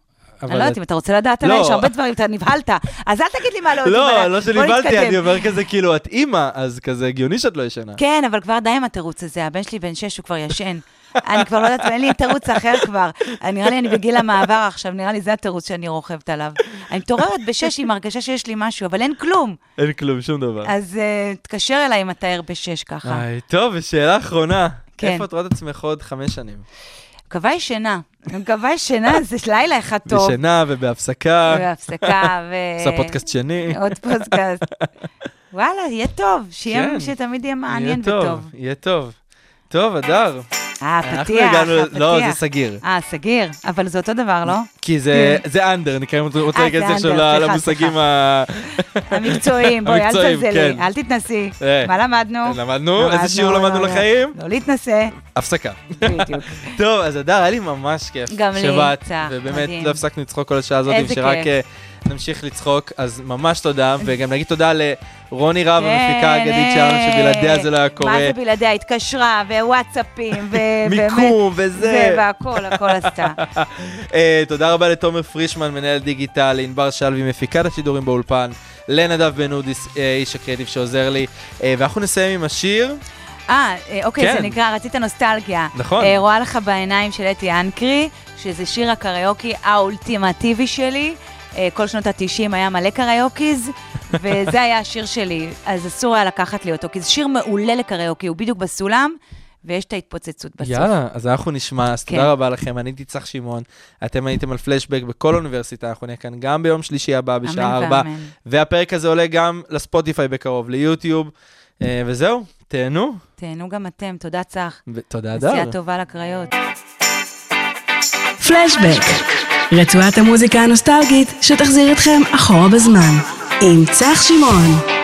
אבל
אני
את-
לא יודעת אם אתה רוצה לדעת
לא.
עליי, יש הרבה דברים, אתה נבהלת. אז אל תגיד לי מה לא יודעים עליי.
לא, לא
בוא
שנבהלתי,
נתקדם.
אני אומר כזה, כאילו, את אימא, אז כזה הגיוני שאת לא ישנה.
כן, אבל כבר די עם התירוץ הזה, הבן שלי בן שש, הוא כבר ישן. אני כבר לא יודעת, ואין לי תירוץ אחר כבר. אני- נראה לי אני בגיל המעבר עכשיו, נראה לי זה התירוץ שאני רוכבת עליו. אני מתעוררת בשש עם הרגשה שיש לי משהו, אבל אין כלום.
אין כלום, שום דבר.
אז אה, תתקשר אליי אם אתה ער בשש ככה.
היי, טוב, ושאלה אחרונה.
כן.
איפה את רואה את עצמך עוד חמש שנים?
קווי שינה. קווי שינה זה לילה אחד טוב. אה,
בשינה ובהפסקה.
והפסקה, ו...
עושה פודקאסט שני.
עוד פודקאסט. וואלה, יהיה טוב, שיהיה,
כן.
שתמיד יהיה
יהיה
מעניין
טוב.
וטוב.
יהיה טוב. טוב, אדר.
אה,
אנחנו
פתיח,
הגענו ל-
הפתיח.
לא, זה סגיר.
אה, סגיר, אבל זה אותו דבר, לא?
כי זה- זה אנדר, אני כרגע רוצה
אה,
להיכנס
זה
עכשיו
אנדר, סליחה,
למושגים
סליחה.
ה...
המקצועיים, בואי, אל
המקצועיים,
תזלזלי,
כן.
אל תתנסי.
אה,
מה למדנו?
למדנו? איזה שיעור
לא,
למדנו
לא, לא.
לחיים?
לא להתנשא,
הפסקה.
בדיוק.
טוב, אז אדר, היה לי ממש כיף.
גם לי,
שבאת,
צח,
ובאמת
מדהים.
לא הפסקנו לצחוק כל השעה הזאת,
איזה
שרק
כיף.
אה, נמשיך לצחוק, אז ממש תודה, וגם נגיד תודה לרוני רהב, המפיקה האגדית שלנו,
אה,
שבלעדיה זה לא היה
כן. מה
קורה.
זה בלעדיה? התקשרה, ווואטסאפים, ו...
מיקום,
באמת,
וזה.
זה, והכל, הכל עשתה.
אה, תודה רבה לתומר פרישמן, מנהל דיגיטל, לענבר שלוי, מפיקת השידורים באולפן, לנדב בן אודיס, אה, איש הקרדיב שעוזר לי, אה, ואנחנו נסיים עם השיר.
אה, אה, אוקיי,
כן.
זה נקרא, רצית נוסטלגיה.
נכון.
אה, רואה לך בעיניים של אתי אנקרי, שזה שיר הקריוקי האולטימטיבי שלי. אה, כל שנות ה-90 היה מלא קריוקיז, וזה היה השיר שלי, אז אסור היה לקחת לי אותו, כי זה שיר מעולה לקריוקי, הוא בדיוק בסולם, ויש את ההתפוצצות בסוף.
יאללה, אז אנחנו נשמע, אז
כן.
תודה רבה לכם, אני הייתי צח שמעון, אתם הייתם על פלשבק בכל אוניברסיטה, אנחנו נהיה כאן גם ביום שלישי הבא בשעה
אמן
4,
ואמן.
והפרק הזה עולה גם לספוטיפיי בקרוב, ליוטיוב, אה, וזהו, תהנו,
תהנו גם אתם, תודה צח.
ותודה
נסיעה
אדר.
טובה לקריות.
פלשבק, רצועת המוזיקה הנוסטלגית שתחזיר אתכם אחורה בזמן, עם צח שמעון.